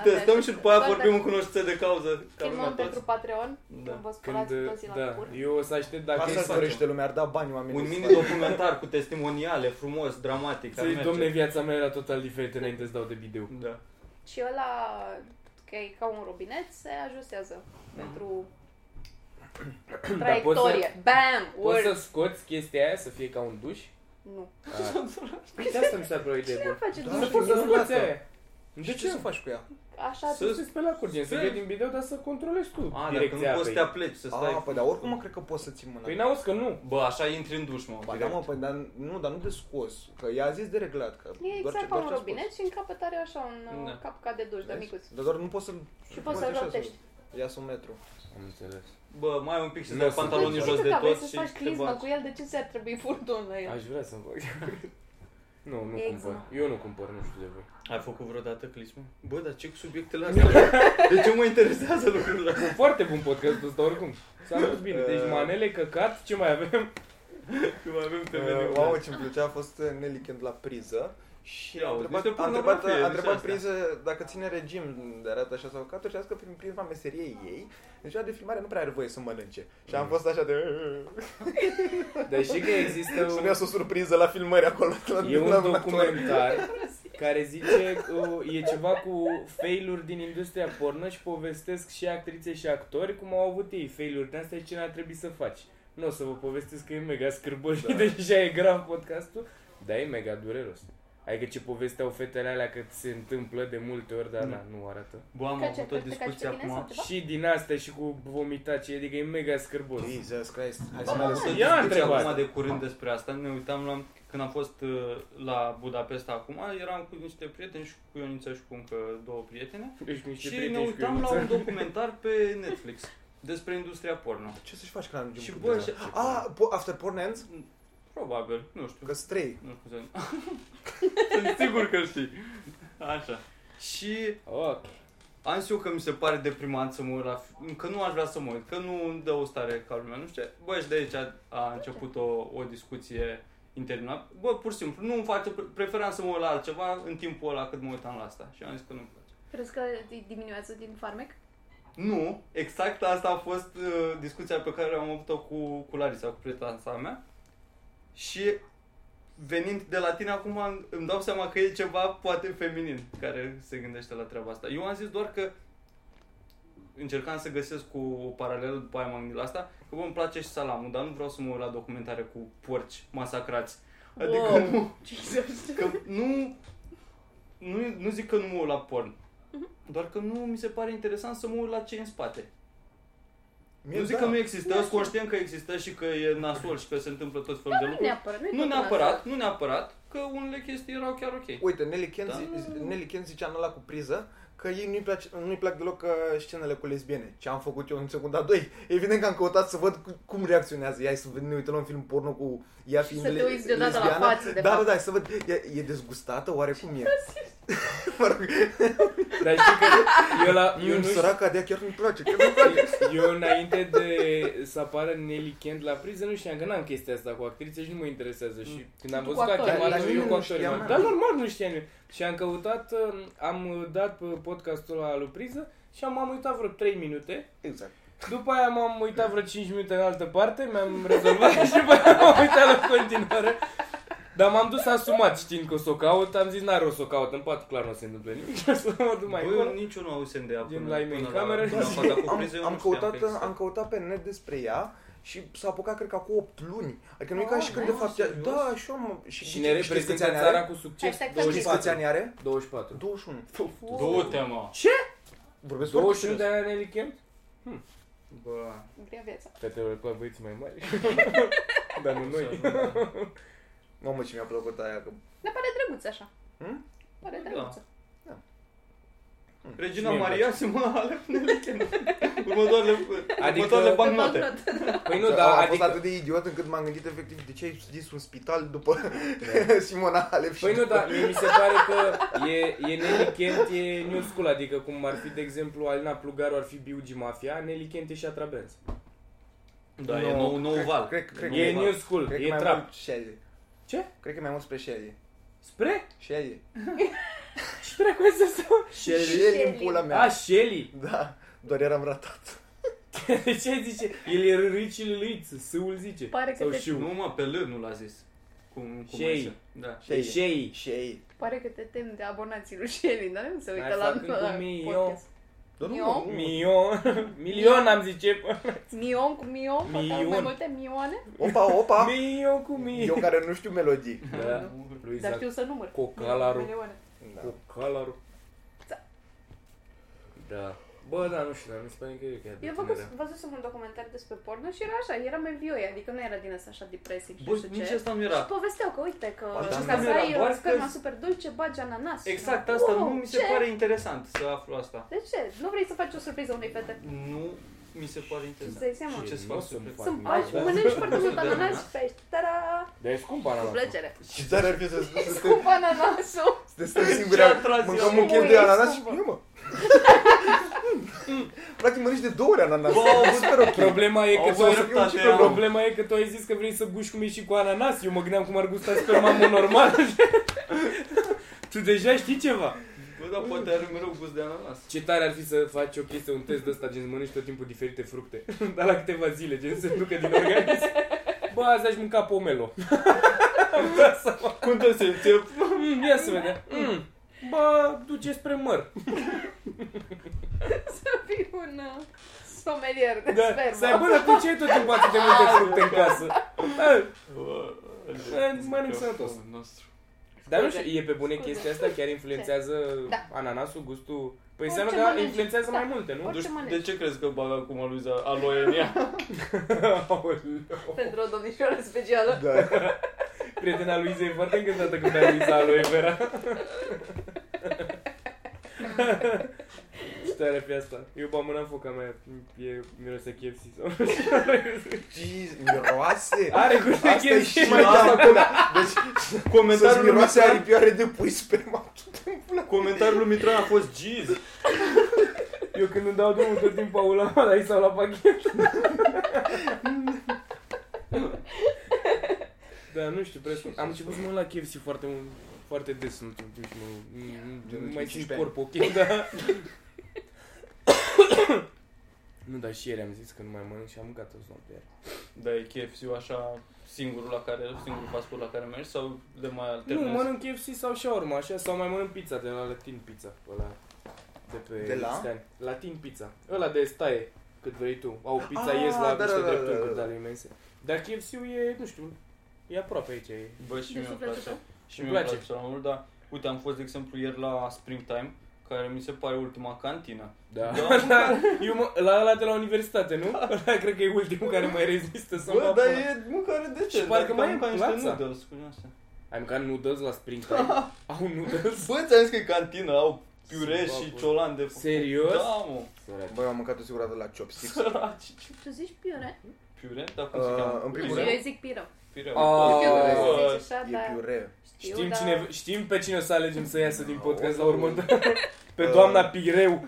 Speaker 1: Testăm și după aia
Speaker 5: Doar
Speaker 1: vorbim în
Speaker 5: dacă-
Speaker 1: cunoștință de cauză. Ca lumea
Speaker 5: Chemăm pentru
Speaker 1: toți.
Speaker 5: Patreon.
Speaker 1: Da.
Speaker 5: Când vă
Speaker 4: Când,
Speaker 5: spălați toți la
Speaker 4: da,
Speaker 5: cur.
Speaker 4: eu o să aștept dacă
Speaker 3: Asta
Speaker 4: e
Speaker 3: îți
Speaker 4: să
Speaker 3: dorește lumea, ar da bani oamenii.
Speaker 1: Un
Speaker 3: să
Speaker 1: mini
Speaker 3: facă.
Speaker 1: documentar cu testimoniale, frumos, dramatic. ar merge.
Speaker 4: domne, viața mea era total diferită înainte să dau de bideu.
Speaker 1: Da.
Speaker 5: Și ăla, că e ca un robinet, se ajustează
Speaker 1: Mm.
Speaker 5: pentru traiectorie. Bam!
Speaker 4: Poți să
Speaker 5: Word!
Speaker 4: scoți chestia aia să fie ca un duș?
Speaker 5: Nu.
Speaker 4: Ah. Păi de asta mi s-a părut o idee bună.
Speaker 5: Face
Speaker 3: Da.
Speaker 4: Nu
Speaker 5: dușul.
Speaker 4: poți să scoți
Speaker 3: Minunată.
Speaker 4: aia. De
Speaker 3: De ce
Speaker 4: ce?
Speaker 3: să faci cu ea?
Speaker 5: Așa
Speaker 1: Să-
Speaker 5: tu
Speaker 4: Să se speli la curge, să
Speaker 1: Să-
Speaker 4: vede din video, dar să controlezi tu
Speaker 1: A, dacă
Speaker 4: direcția
Speaker 1: nu poți să te
Speaker 4: apei.
Speaker 1: apleci, să
Speaker 3: A,
Speaker 1: stai.
Speaker 3: păi dar oricum mă cred că poți să ții mâna.
Speaker 4: Păi n-auzi că nu.
Speaker 1: Bă, așa intri în duș, mă.
Speaker 3: Ba da,
Speaker 1: direct.
Speaker 3: mă, păi, dar nu, dar nu de scos. Că ea a zis de reglat. Că
Speaker 5: E exact ca
Speaker 3: doar
Speaker 5: un
Speaker 3: ce-a
Speaker 5: robinet
Speaker 3: scos.
Speaker 5: și în capăt are așa un
Speaker 1: Da.
Speaker 5: uh, capca de duș, de
Speaker 3: Vezi?
Speaker 5: micuț.
Speaker 3: Dar doar nu poți să-l...
Speaker 5: Și poți să-l
Speaker 3: așa,
Speaker 5: rotești.
Speaker 3: Ia un metru.
Speaker 4: Am înțeles.
Speaker 1: Bă, mai ai un pic și
Speaker 4: Nu
Speaker 1: să dai
Speaker 4: sunt
Speaker 1: pantalonii
Speaker 4: aici.
Speaker 1: jos de
Speaker 5: Cât aveai
Speaker 1: tot
Speaker 5: să-ți
Speaker 1: și
Speaker 5: faci
Speaker 1: te
Speaker 5: clismă
Speaker 1: bagi.
Speaker 5: cu el, de ce ți-ar trebui furtun la el?
Speaker 4: Aș vrea să-mi fac. *laughs* nu, nu
Speaker 5: Exact.
Speaker 4: cumpăr. Eu nu cumpăr, nu știu de voi.
Speaker 1: Ai făcut vreodată clismă? Bă, dar ce cu subiectele astea? De ce mă interesează lucrurile astea?
Speaker 4: Foarte bun podcastul ăsta oricum. S-a dus bine. Deci manele, căcat, ce mai avem?
Speaker 1: Că mai avem pe
Speaker 3: Uh,
Speaker 1: meniu.
Speaker 3: Mamă, ce-mi plăcea a fost uh, Nelly Kent la priză și
Speaker 1: Ia
Speaker 3: a
Speaker 1: uite,
Speaker 3: întrebat,
Speaker 1: este
Speaker 3: a întrebat,
Speaker 1: pornografie,
Speaker 3: a
Speaker 1: nu
Speaker 3: întrebat
Speaker 1: știu astea.
Speaker 3: priză dacă ține regim de arată așa sau catul și a zis că prin prisma meseriei ei, deci ea de filmare nu prea are voie să mănânce. Și am fost așa de...
Speaker 4: Dar știi că *laughs*
Speaker 3: *laughs*
Speaker 4: există
Speaker 3: Să
Speaker 4: un,
Speaker 3: nu iasă o surpriză la filmări acolo. *laughs* La,
Speaker 4: e un
Speaker 3: la- la-
Speaker 4: documentar care zice că e ceva cu failuri din industria porno și povestesc și actrițe și actori cum au avut ei failuri de astea și ce n-ar trebui să faci. Nu o să vă povestesc că e mega scârbărit, da. deja e grav podcastul, dar e mega dureros. Adică ce povesteau fetele alea că ți se întâmplă de multe ori, dar
Speaker 1: Da.
Speaker 4: na, nu arată.
Speaker 1: Bă, am
Speaker 5: Că ce,
Speaker 1: avut o
Speaker 5: că te caci pe
Speaker 1: discuție
Speaker 5: tine sau
Speaker 1: acum.
Speaker 5: ceva?
Speaker 4: Și din asta și cu vomitații, adică e mega scârbos.
Speaker 3: Jesus Christ, hai să
Speaker 1: Am
Speaker 3: mai
Speaker 1: avut o
Speaker 3: lăsăm.
Speaker 4: Ia
Speaker 1: discuție
Speaker 4: întrebat.
Speaker 1: acum de curând despre asta. Ne uitam la... Când am fost uh, la Budapesta acum, eram cu niște prieteni și cu Ionița și cu încă două prietene.
Speaker 4: Deci niște
Speaker 1: Și
Speaker 4: prieteni
Speaker 1: ne
Speaker 4: și cu
Speaker 1: uitam la
Speaker 4: Ionuță.
Speaker 1: un documentar pe Netflix despre industria porno.
Speaker 3: Ce să-și faci când ajungi
Speaker 1: Și
Speaker 3: în
Speaker 1: bă,
Speaker 3: puteză?
Speaker 1: și-
Speaker 3: A, Ah, po- after porn ends?
Speaker 1: Probabil, nu știu.
Speaker 3: Că trei.
Speaker 1: Nu știu
Speaker 4: *laughs*
Speaker 1: să... Sunt sigur că știi. Așa. Și
Speaker 4: Ok.
Speaker 1: am zis eu că mi se pare deprimant să mă uit la fi- că nu aș vrea să mă uit, că nu îmi dă o stare ca lumea, nu știu ce. Bă, și de aici a, a început o, o discuție interminabilă. Bă, pur și simplu, nu îmi face, preferam să mă uit la altceva în timpul ăla cât mă uitam la asta. Și am zis că nu-mi place.
Speaker 5: Crezi că îi diminuează din farmec?
Speaker 1: Nu, exact asta a fost uh, discuția pe care am avut-o cu, cu Larisa, cu prietena mea. Și venind de la tine acum îmi- îmi dau seama că e ceva poate feminin care se gândește la treaba asta. Eu am zis doar că încercam să găsesc cu o paralelă, după aia m-am gândit la asta, că bă, îmi place și salamul, dar nu vreau să mă uit la documentare cu porci masacrați. Adică
Speaker 5: Wow.
Speaker 1: nu,
Speaker 5: *laughs* Jesus.
Speaker 1: că nu, nu, nu zic că nu mă uit la porn, doar că nu mi se pare interesant să mă uit la ce e în spate.
Speaker 3: Mie
Speaker 1: nu zic
Speaker 3: da.
Speaker 1: că nu există, sunt conștient că există și că e nasol și că se întâmplă tot felul de
Speaker 5: Da, Nu
Speaker 1: lucruri.
Speaker 5: neapărat.
Speaker 1: Nu neapărat, nu neapărat, că unele chestii erau chiar ok.
Speaker 3: Uite, Nelly Ken,
Speaker 1: Da.
Speaker 3: zi- zi- Nelly Ken zicea în ăla cu priză că ei nu-i, place, nu-i plac deloc uh, scenele cu lesbiene. Ce am făcut eu în secunda 2? Evident că am căutat să văd cu- cum reacționează. Ia hai să văd, ne uităm la un film porno cu ea
Speaker 5: Și
Speaker 3: fiind
Speaker 5: să te
Speaker 3: le-
Speaker 5: uiți deodată la
Speaker 3: lesbiană.
Speaker 5: față, de
Speaker 3: da, da,
Speaker 5: fapt.
Speaker 3: da, să văd. E, e dezgustată? Oare cum
Speaker 5: *laughs*
Speaker 3: e? *laughs* mă rog,
Speaker 1: Da,
Speaker 4: Dar știi că eu, la, eu nu
Speaker 3: eu
Speaker 4: știu,
Speaker 3: săraca de ea chiar nu-mi place, chiar nu-mi
Speaker 1: *laughs*
Speaker 3: place.
Speaker 4: eu înainte de să apară Nelly Kent la priză nu știam că n-am chestia asta cu actrițe și nu mă interesează și când am
Speaker 5: Tu
Speaker 4: văzut
Speaker 5: cu
Speaker 4: că a
Speaker 5: actori.
Speaker 3: La
Speaker 4: chemat
Speaker 3: nimeni
Speaker 4: eu cu
Speaker 3: nu
Speaker 4: actorii,
Speaker 3: știa,
Speaker 4: mă,
Speaker 3: mă.
Speaker 4: dar normal nu știam eu. Și am căutat, um, am dat pe podcastul la lui priză și am, am uitat vreo 3 minute.
Speaker 3: Exact.
Speaker 4: După aia m-am uitat vreo 5 minute în altă parte, mi-am rezolvat și după aia m-am uitat la continuare. Dar m-am dus asumat știind că o să o caut, am zis n-are o să o caut, în pat clar nu se întâmplă nimic *laughs* și o să mă duc mai
Speaker 1: Băi,
Speaker 4: încolo.
Speaker 1: eu niciunul auzisem de ea
Speaker 4: Din
Speaker 1: până,
Speaker 4: la ei
Speaker 1: până
Speaker 4: în cameră.
Speaker 1: până
Speaker 4: *laughs* Și
Speaker 1: faza cu
Speaker 3: am,
Speaker 1: priză, eu
Speaker 3: am,
Speaker 1: nu știam
Speaker 3: căutat,
Speaker 1: că există.
Speaker 3: am căutat pe net despre ea și s-a apucat, cred că, acum 8 luni. Adică nu e ca
Speaker 5: Oh,
Speaker 3: și când, de
Speaker 1: da,
Speaker 3: fapt, ea...
Speaker 1: serios?
Speaker 3: Da, și eu am... Și,
Speaker 4: Și ne
Speaker 3: știți
Speaker 4: reprezintă
Speaker 3: câți ani
Speaker 4: țara
Speaker 3: are?
Speaker 4: cu succes
Speaker 5: Hashtag
Speaker 3: Știți câți ani are?
Speaker 4: 24.
Speaker 3: 21.
Speaker 2: Du-te, mă!
Speaker 3: Vorbesc
Speaker 4: 21 de ani Nelly Kemp?
Speaker 1: Bă,
Speaker 5: Grea viața.
Speaker 4: Fetele cu băieții mai mari. Dar nu noi.
Speaker 3: Mamă, ce mi-a plăcut aia că...
Speaker 5: Dar pare drăguț așa.
Speaker 3: Hmm?
Speaker 5: Pare
Speaker 1: Da.
Speaker 5: drăguță.
Speaker 1: Regina
Speaker 4: Mie îmi
Speaker 1: Maria se mă alep Următoarele, următoarele
Speaker 4: Adică-
Speaker 1: bancnote.
Speaker 4: Păi nu,
Speaker 3: Nu, da,
Speaker 4: dar
Speaker 3: a fost
Speaker 4: adică...
Speaker 3: atât de idiot încât m-am gândit efectiv de ce ai zis un spital după *laughs* Simona Halep și
Speaker 4: Păi nu,
Speaker 3: după-
Speaker 4: dar mie mi se pare că e, e Nelly Kent, e new school, adică cum ar fi, de exemplu, Alina Plugaru ar fi Biugi Mafia, Nelly Kent e Shatra Benz.
Speaker 1: Da, e nou, nou
Speaker 3: cred-
Speaker 1: val.
Speaker 3: cred- cred-
Speaker 4: E
Speaker 1: val.
Speaker 4: new school,
Speaker 3: Cred că
Speaker 4: e
Speaker 3: mai
Speaker 4: trap.
Speaker 3: mult 60.
Speaker 4: Ce?
Speaker 3: Cred că mai mult spre 60.
Speaker 4: Spre?
Speaker 3: 60.
Speaker 4: Și dracu să stau?
Speaker 3: Shelly în pula mea.
Speaker 4: A, Shelly. *laughs*
Speaker 3: Da, doar eram ratat.
Speaker 4: De ce zice? El e rârici lui, sâul zice.
Speaker 5: Pare că
Speaker 4: Sau
Speaker 5: te-
Speaker 4: șiu.
Speaker 1: Nu mă, pe L nu l-a zis. Cum, cum
Speaker 4: Shea.
Speaker 1: zice. Da.
Speaker 4: E
Speaker 3: Shelly.
Speaker 4: Shelly.
Speaker 3: Shelly.
Speaker 5: Pare că te temi de abonații lui Shelly, dar nu se uită
Speaker 4: Hai,
Speaker 5: la,
Speaker 4: fac încă
Speaker 5: la
Speaker 4: un milion.
Speaker 5: podcast.
Speaker 3: Dar nu,
Speaker 5: Eu?
Speaker 3: mă, nu.
Speaker 4: Milion. *laughs* Milion am zice.
Speaker 5: Mion cu mion, poate au mai
Speaker 4: Milion.
Speaker 5: multe mioane,
Speaker 3: Opa, opa.
Speaker 4: Milion cu milion.
Speaker 3: Ah. Eu care nu știu melodii.
Speaker 4: Da. Lui
Speaker 1: Exact.
Speaker 5: dar
Speaker 4: Zac.
Speaker 5: știu să număr.
Speaker 4: Cocalarul.
Speaker 5: Milioane.
Speaker 3: Da.
Speaker 4: Cu calaru.
Speaker 5: Da.
Speaker 4: Da. Bă, da, nu știu, dar mi se pare că e chiar de
Speaker 5: Eu văzut,
Speaker 4: tinerea.
Speaker 5: văzusem un documentar despre porno și era așa, era mai vioi, adică nu era din asta așa depresiv și
Speaker 1: Bă,
Speaker 5: știu
Speaker 1: nici
Speaker 5: ce.
Speaker 1: asta nu
Speaker 5: Și
Speaker 1: era. Păi,
Speaker 5: povesteau că uite că
Speaker 3: Ba, da,
Speaker 5: ca
Speaker 3: nu
Speaker 5: să
Speaker 1: era,
Speaker 5: ai
Speaker 1: doar
Speaker 5: o
Speaker 1: că-
Speaker 5: sperma super dulce, bagi ananas.
Speaker 1: Exact asta,
Speaker 5: Wow,
Speaker 1: nu mi se
Speaker 5: Oh, ce?
Speaker 1: pare interesant să aflu asta.
Speaker 5: De ce? Nu vrei să faci o surpriză unei fete?
Speaker 1: Nu mi se pare
Speaker 5: Să-ți
Speaker 1: interesant.
Speaker 5: dai seama.
Speaker 1: Ce să
Speaker 4: Nu
Speaker 1: fac?
Speaker 4: să-mi
Speaker 1: Să-
Speaker 4: fac
Speaker 5: Să-mi
Speaker 4: nimic.
Speaker 5: bagi,
Speaker 4: Da.
Speaker 5: mănânci foarte mult
Speaker 1: Da.
Speaker 5: ananas și pești. Tara!
Speaker 4: Dar e scump
Speaker 5: Cu
Speaker 4: ananas.
Speaker 5: plăcere.
Speaker 3: Și țara ar fi să spun
Speaker 5: E
Speaker 3: să
Speaker 5: scump ananasul. *laughs*
Speaker 3: te stăm
Speaker 4: Deci,
Speaker 3: singuri.
Speaker 1: Ce atracție.
Speaker 3: Mâncăm
Speaker 5: Și
Speaker 3: un chem
Speaker 5: nu
Speaker 3: de
Speaker 5: e
Speaker 3: ananas și
Speaker 5: scumpă.
Speaker 3: nu, mă. *laughs* Practic mănânci de două ori ananas.
Speaker 1: Bă, au avut-
Speaker 3: super ok.
Speaker 4: Problema e, că
Speaker 1: Au
Speaker 4: tu ai,
Speaker 1: avut dreptate,
Speaker 4: că
Speaker 1: am.
Speaker 4: problema e că tu ai zis că vrei să guși cum e și cu ananas. Eu mă gândeam cum ar gusta sperma în mod normal. tu deja știi ceva.
Speaker 1: Bă, dar poate are mereu gust de ananas.
Speaker 4: Ce tare ar fi să faci o chestie, un test de ăsta, gen să mănânci tot timpul diferite fructe. *laughs* Dar la câteva zile, gen să ducă din organism. Bă, azi aș mânca pomelo. *laughs* Da,
Speaker 1: Cum te simți? E
Speaker 4: Mm, ia să vedem. Mm. Bă, duce spre măr.
Speaker 5: Să fii un uh, somelier de
Speaker 4: Da. Să ai,
Speaker 5: spermă.
Speaker 4: bă, dar tu ce ai tot timpul atât de multe fructe în casă? Bă,
Speaker 1: Bă,
Speaker 4: Mănânc sănătos.
Speaker 1: fumul nostru.
Speaker 4: Dar nu știu, e pe bune
Speaker 5: Scuze.
Speaker 4: chestia asta, chiar influențează
Speaker 5: Da.
Speaker 4: ananasul, gustul. Păi
Speaker 5: Orice
Speaker 4: înseamnă că
Speaker 5: mănânci.
Speaker 4: influențează
Speaker 5: Da.
Speaker 4: mai multe, nu?
Speaker 5: Orice
Speaker 1: Deci,
Speaker 5: mănânci.
Speaker 1: de ce crezi că bagă acum lui Za- aloe în
Speaker 4: *laughs*
Speaker 1: ea?
Speaker 4: Aoleu.
Speaker 5: Pentru o domnișoară specială.
Speaker 3: Da.
Speaker 4: Prietena lui Izei e foarte încântată când a zis aloe vera. Ce tare ar fi asta. Eu bam mâna în foca mea, e miroase KFC sau nu știu.
Speaker 3: Jeez, miroase.
Speaker 4: Are gust de
Speaker 3: Asta e
Speaker 4: KFC.
Speaker 3: și mai da acum. Deci, să-ți
Speaker 1: Comentariul lui
Speaker 3: miroase
Speaker 1: Mitran,
Speaker 3: aripioare de pui sperma.
Speaker 1: comentariul lui Mitran a fost Giz.
Speaker 4: Eu când îmi dau drumul tot timpul au la la ei sau la pachet. da, nu știu, presupun. Am început să mă uit la KFC foarte mult, foarte des în ultimul timp și mă, nu- nu mai simt
Speaker 3: 15
Speaker 4: corpul, ok, da. *coughs* nu, dar și ieri am zis că nu mai mănânc și am mâncat o noapte ieri.
Speaker 1: Da, e KFC-ul așa singurul la care, singurul fast food la care mergi sau de mai
Speaker 4: Nu,
Speaker 1: alternezi?
Speaker 4: mănânc KFC sau shawarma, așa, sau mai mănânc pizza de la Latin Pizza, ăla de pe
Speaker 3: De la?
Speaker 4: Scan. Latin Pizza, ăla de staie, cât vrei tu. Au pizza,
Speaker 3: Ah,
Speaker 4: ies la
Speaker 3: da,
Speaker 4: niște
Speaker 3: da, da, da,
Speaker 4: drepturi
Speaker 3: da.
Speaker 4: de imense. Dar KFC-ul e, nu știu, e aproape aici, e.
Speaker 1: Bă, Da, și
Speaker 5: De
Speaker 1: mie îmi
Speaker 5: sufletul
Speaker 1: Deci place.
Speaker 5: tău?
Speaker 1: Și
Speaker 4: Îmi
Speaker 1: mie îmi
Speaker 4: place.
Speaker 1: place cel mai mult, dar uite, am fost, de exemplu, ieri la Springtime, care mi se pare ultima cantină.
Speaker 4: Da.
Speaker 1: Da, mă,
Speaker 4: *laughs* da. Eu mă, la ăla de la universitate,
Speaker 3: *laughs*
Speaker 4: nu? Ăla cred că e ultimul care mai rezistă să
Speaker 1: Bă, dar e mâncare
Speaker 4: Și
Speaker 1: decentă. adică
Speaker 4: parcă mai e
Speaker 1: am mâncat niște
Speaker 4: plața.
Speaker 1: noodles cu din astea.
Speaker 4: Ai mâncat noodles la
Speaker 3: *laughs*
Speaker 4: springtime? Au noodles?
Speaker 1: Bă, ți-am zis că e cantină, au
Speaker 4: Se
Speaker 1: piure și
Speaker 4: bapă.
Speaker 1: ciolan de făcut.
Speaker 4: Serios? Deci-
Speaker 1: Da, mă.
Speaker 3: Băi, eu am mâncat o singurată la
Speaker 4: *laughs*
Speaker 3: chopsticks.
Speaker 1: Săraci.
Speaker 5: Tu zici piure?
Speaker 1: Piure? Dar cum se
Speaker 3: Uh,
Speaker 1: cheamă?
Speaker 3: în primul
Speaker 1: Piure.
Speaker 3: rând-
Speaker 5: Eu zic piră.
Speaker 1: Piure.
Speaker 4: Ah.
Speaker 5: Știu că
Speaker 3: Bă,
Speaker 5: tu zici așa,
Speaker 3: E
Speaker 5: dar
Speaker 3: piure.
Speaker 5: știu,
Speaker 4: Știm,
Speaker 5: dar-
Speaker 4: cine, știm pe cine o să alegem să iasă din podcast la
Speaker 3: O să-
Speaker 4: următor. Pe
Speaker 3: Uh.
Speaker 4: doamna Pireu.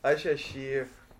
Speaker 3: Așa și...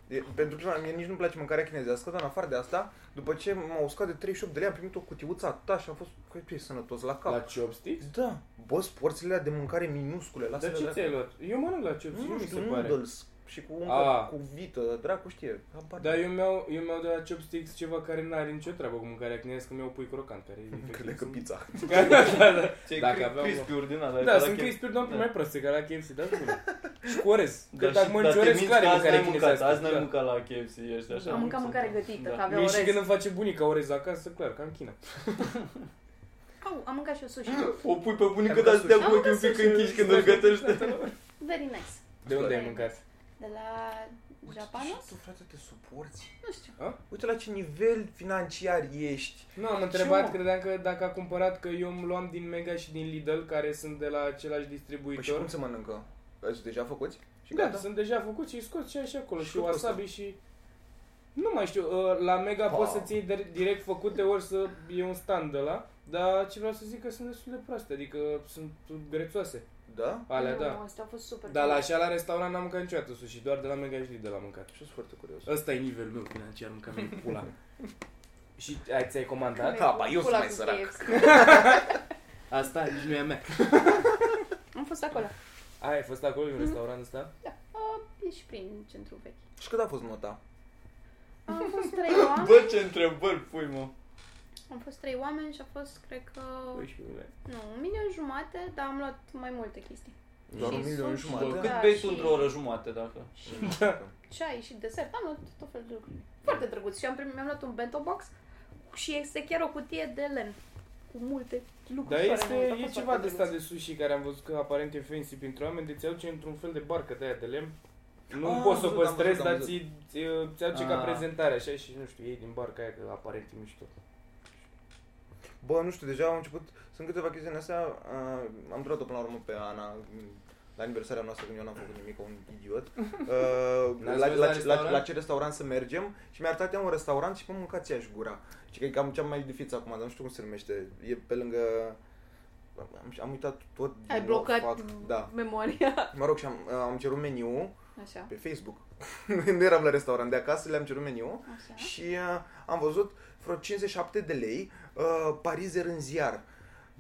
Speaker 3: E, pentru prima, mie nici nu-mi place mâncarea chinezească, dar în afară de asta, după ce m-au uscat de 38 de lei, am primit o cutiuță atâta și am fost, că tu ești sănătos la cap.
Speaker 4: La chopsticks?
Speaker 3: Da, boss, porțile alea de mâncare minuscule, lasă
Speaker 4: Dar ce ți-ai luat? Eu mănânc la chipsi, nu,
Speaker 3: Nu
Speaker 4: mi se
Speaker 3: știu,
Speaker 4: pare.
Speaker 3: noodles și cu uncă,
Speaker 4: Ah.
Speaker 3: cu vită, dracu știe. Habar
Speaker 4: Dar
Speaker 3: n-am.
Speaker 4: eu mi-au, eu mi-au de la chopsticks ceva care nu are nicio treabă cu mâncarea chinezească, mi-au pui crocant care e
Speaker 3: Crede că
Speaker 4: pizza.
Speaker 3: pizza.
Speaker 4: *laughs* da, da, da.
Speaker 1: Ți-ai
Speaker 4: Dacă
Speaker 1: cri-
Speaker 4: aveam-
Speaker 1: crispiuri din alea.
Speaker 4: da
Speaker 1: de la
Speaker 4: sunt
Speaker 1: chef.
Speaker 4: crispuri doar
Speaker 1: Da.
Speaker 4: mai proaste ca la KFC, dar bine. Și cu orez. Că
Speaker 1: Dar
Speaker 4: dacă
Speaker 1: și-
Speaker 4: mănânci
Speaker 1: dar te
Speaker 4: orez,
Speaker 1: minți
Speaker 4: care
Speaker 1: că
Speaker 4: e
Speaker 1: azi
Speaker 4: mâncarea
Speaker 1: n-ai mâncat,
Speaker 4: chinezească?
Speaker 1: Azi n-ai
Speaker 4: Da.
Speaker 1: mâncat la KFC, ești așa.
Speaker 5: Am mâncat mâncare gătită,
Speaker 1: Da.
Speaker 5: că avea
Speaker 4: Mie și când
Speaker 5: orez.
Speaker 4: îmi face bunica orez acasă, clar, ca în China.
Speaker 5: Au, am mâncat și eu sushi.
Speaker 1: O pui pe bunică,
Speaker 3: Am
Speaker 1: dar
Speaker 3: mâncat
Speaker 1: îți dea
Speaker 5: sushi.
Speaker 1: cu ochii un pic închiși când îl gătește.
Speaker 5: Very nice.
Speaker 4: De unde
Speaker 5: Da.
Speaker 4: ai mâncat?
Speaker 5: De la Japanos?
Speaker 3: Tu, frate, te suporți?
Speaker 5: Nu știu.
Speaker 3: Uite la ce nivel financiar ești.
Speaker 4: Nu, am
Speaker 3: mă?
Speaker 4: întrebat, credeam că dacă a cumpărat, că eu îmi luam din Mega și din Lidl, care sunt de la același
Speaker 3: Păi și cum
Speaker 4: distribuitor.
Speaker 3: se mănâncă? Ați deja făcuți? Și
Speaker 4: Da,
Speaker 3: gata.
Speaker 4: sunt deja făcuți și scoți și așa acolo.
Speaker 3: Și
Speaker 4: Și,
Speaker 3: cât costă?
Speaker 4: wasabi și... Nu mai știu, uh, la Mega
Speaker 3: Pa.
Speaker 4: poți să ții dir- direct făcute ori să e un stand de la, dar ce vreau să zic că sunt destul de proaste, adică sunt grețoase.
Speaker 3: Da?
Speaker 4: Alea,
Speaker 5: nu,
Speaker 4: da.
Speaker 5: Astea au fost super.
Speaker 4: Dar la
Speaker 5: bune.
Speaker 4: așa la restaurant n-am mâncat niciodată sushi, doar de la Mega și de la mâncat.
Speaker 3: Și sunt foarte curios.
Speaker 4: Ăsta e nivelul meu financiar, mâncam eu
Speaker 3: *laughs*
Speaker 4: pula. și ai, ți-ai
Speaker 5: Că mi-e
Speaker 4: comandat?
Speaker 3: Capa,
Speaker 5: cu
Speaker 3: eu sunt
Speaker 5: pula
Speaker 3: mai
Speaker 5: cu
Speaker 3: sărac.
Speaker 5: KFC.
Speaker 4: Asta nici nu e a mea.
Speaker 5: Am fost acolo.
Speaker 4: Ai fost acolo în restaurant ăsta?
Speaker 5: E și prin centru vechi.
Speaker 3: Și cât a fost nota?
Speaker 5: Am fost trei oameni.
Speaker 1: Bă, ce întrebări pui, mă.
Speaker 5: Am fost trei oameni și a fost, cred că,
Speaker 4: 12 mii.
Speaker 5: nu, un milion jumate, dar am luat mai multe chestii.
Speaker 3: Doar
Speaker 5: Și
Speaker 3: un milion
Speaker 5: sunt
Speaker 3: jumate? Da.
Speaker 5: și-
Speaker 1: Bă,
Speaker 5: Da,
Speaker 1: cât bei
Speaker 5: și-
Speaker 1: tu într-o oră jumate, dacă?
Speaker 5: Și ceai și desert, am luat tot felul de lucruri. Foarte drăguț. Și am primit, mi-am luat un bento box și este chiar o cutie de lemn cu multe lucruri.
Speaker 4: Dar
Speaker 5: care
Speaker 4: este,
Speaker 5: nu- a
Speaker 4: e
Speaker 5: fost
Speaker 4: ceva
Speaker 5: foarte
Speaker 4: de ăsta
Speaker 5: drăguț.
Speaker 4: de sushi care am văzut că aparent e fancy printre oameni, de ți-aduce într-un fel de barcă de aia de lemn. Nu
Speaker 3: Ah, am
Speaker 4: poți să o
Speaker 3: văzut, am
Speaker 4: păstrezi,
Speaker 3: văzut, am
Speaker 4: dar ți, ți, ți-aduce ca
Speaker 1: Ah.
Speaker 4: prezentare așa și nu știu, ei din barca aia că aparent e mișto.
Speaker 3: Bă, nu știu, deja am început, sunt câteva chestii în astea, uh, am durat-o până la urmă pe Ana, m, la aniversarea noastră când eu n-am făcut nimic, ca un
Speaker 5: *laughs*
Speaker 3: idiot. Uh, la,
Speaker 4: N-ați
Speaker 3: la,
Speaker 4: fost
Speaker 3: la,
Speaker 4: la
Speaker 3: ce- la,
Speaker 4: restaurant?
Speaker 3: la, ce restaurant să mergem și mi-a arătat ea un restaurant și mă mâncați aș gura. Și că e cam cea mai dificilă acum, dar nu știu cum se numește, e pe lângă... Am, am uitat tot.
Speaker 5: Ai
Speaker 3: din nou,
Speaker 5: blocat
Speaker 3: fuck, Da.
Speaker 5: memoria. *laughs*
Speaker 3: Mă rog, și am, uh, am cerut meniu
Speaker 5: Așa,
Speaker 3: pe Facebook. *laughs* nu eram la restaurant de acasă, le-am cerut meniu
Speaker 5: așa.
Speaker 3: și uh, am văzut vreo 57 de lei uh, parizer în ziar.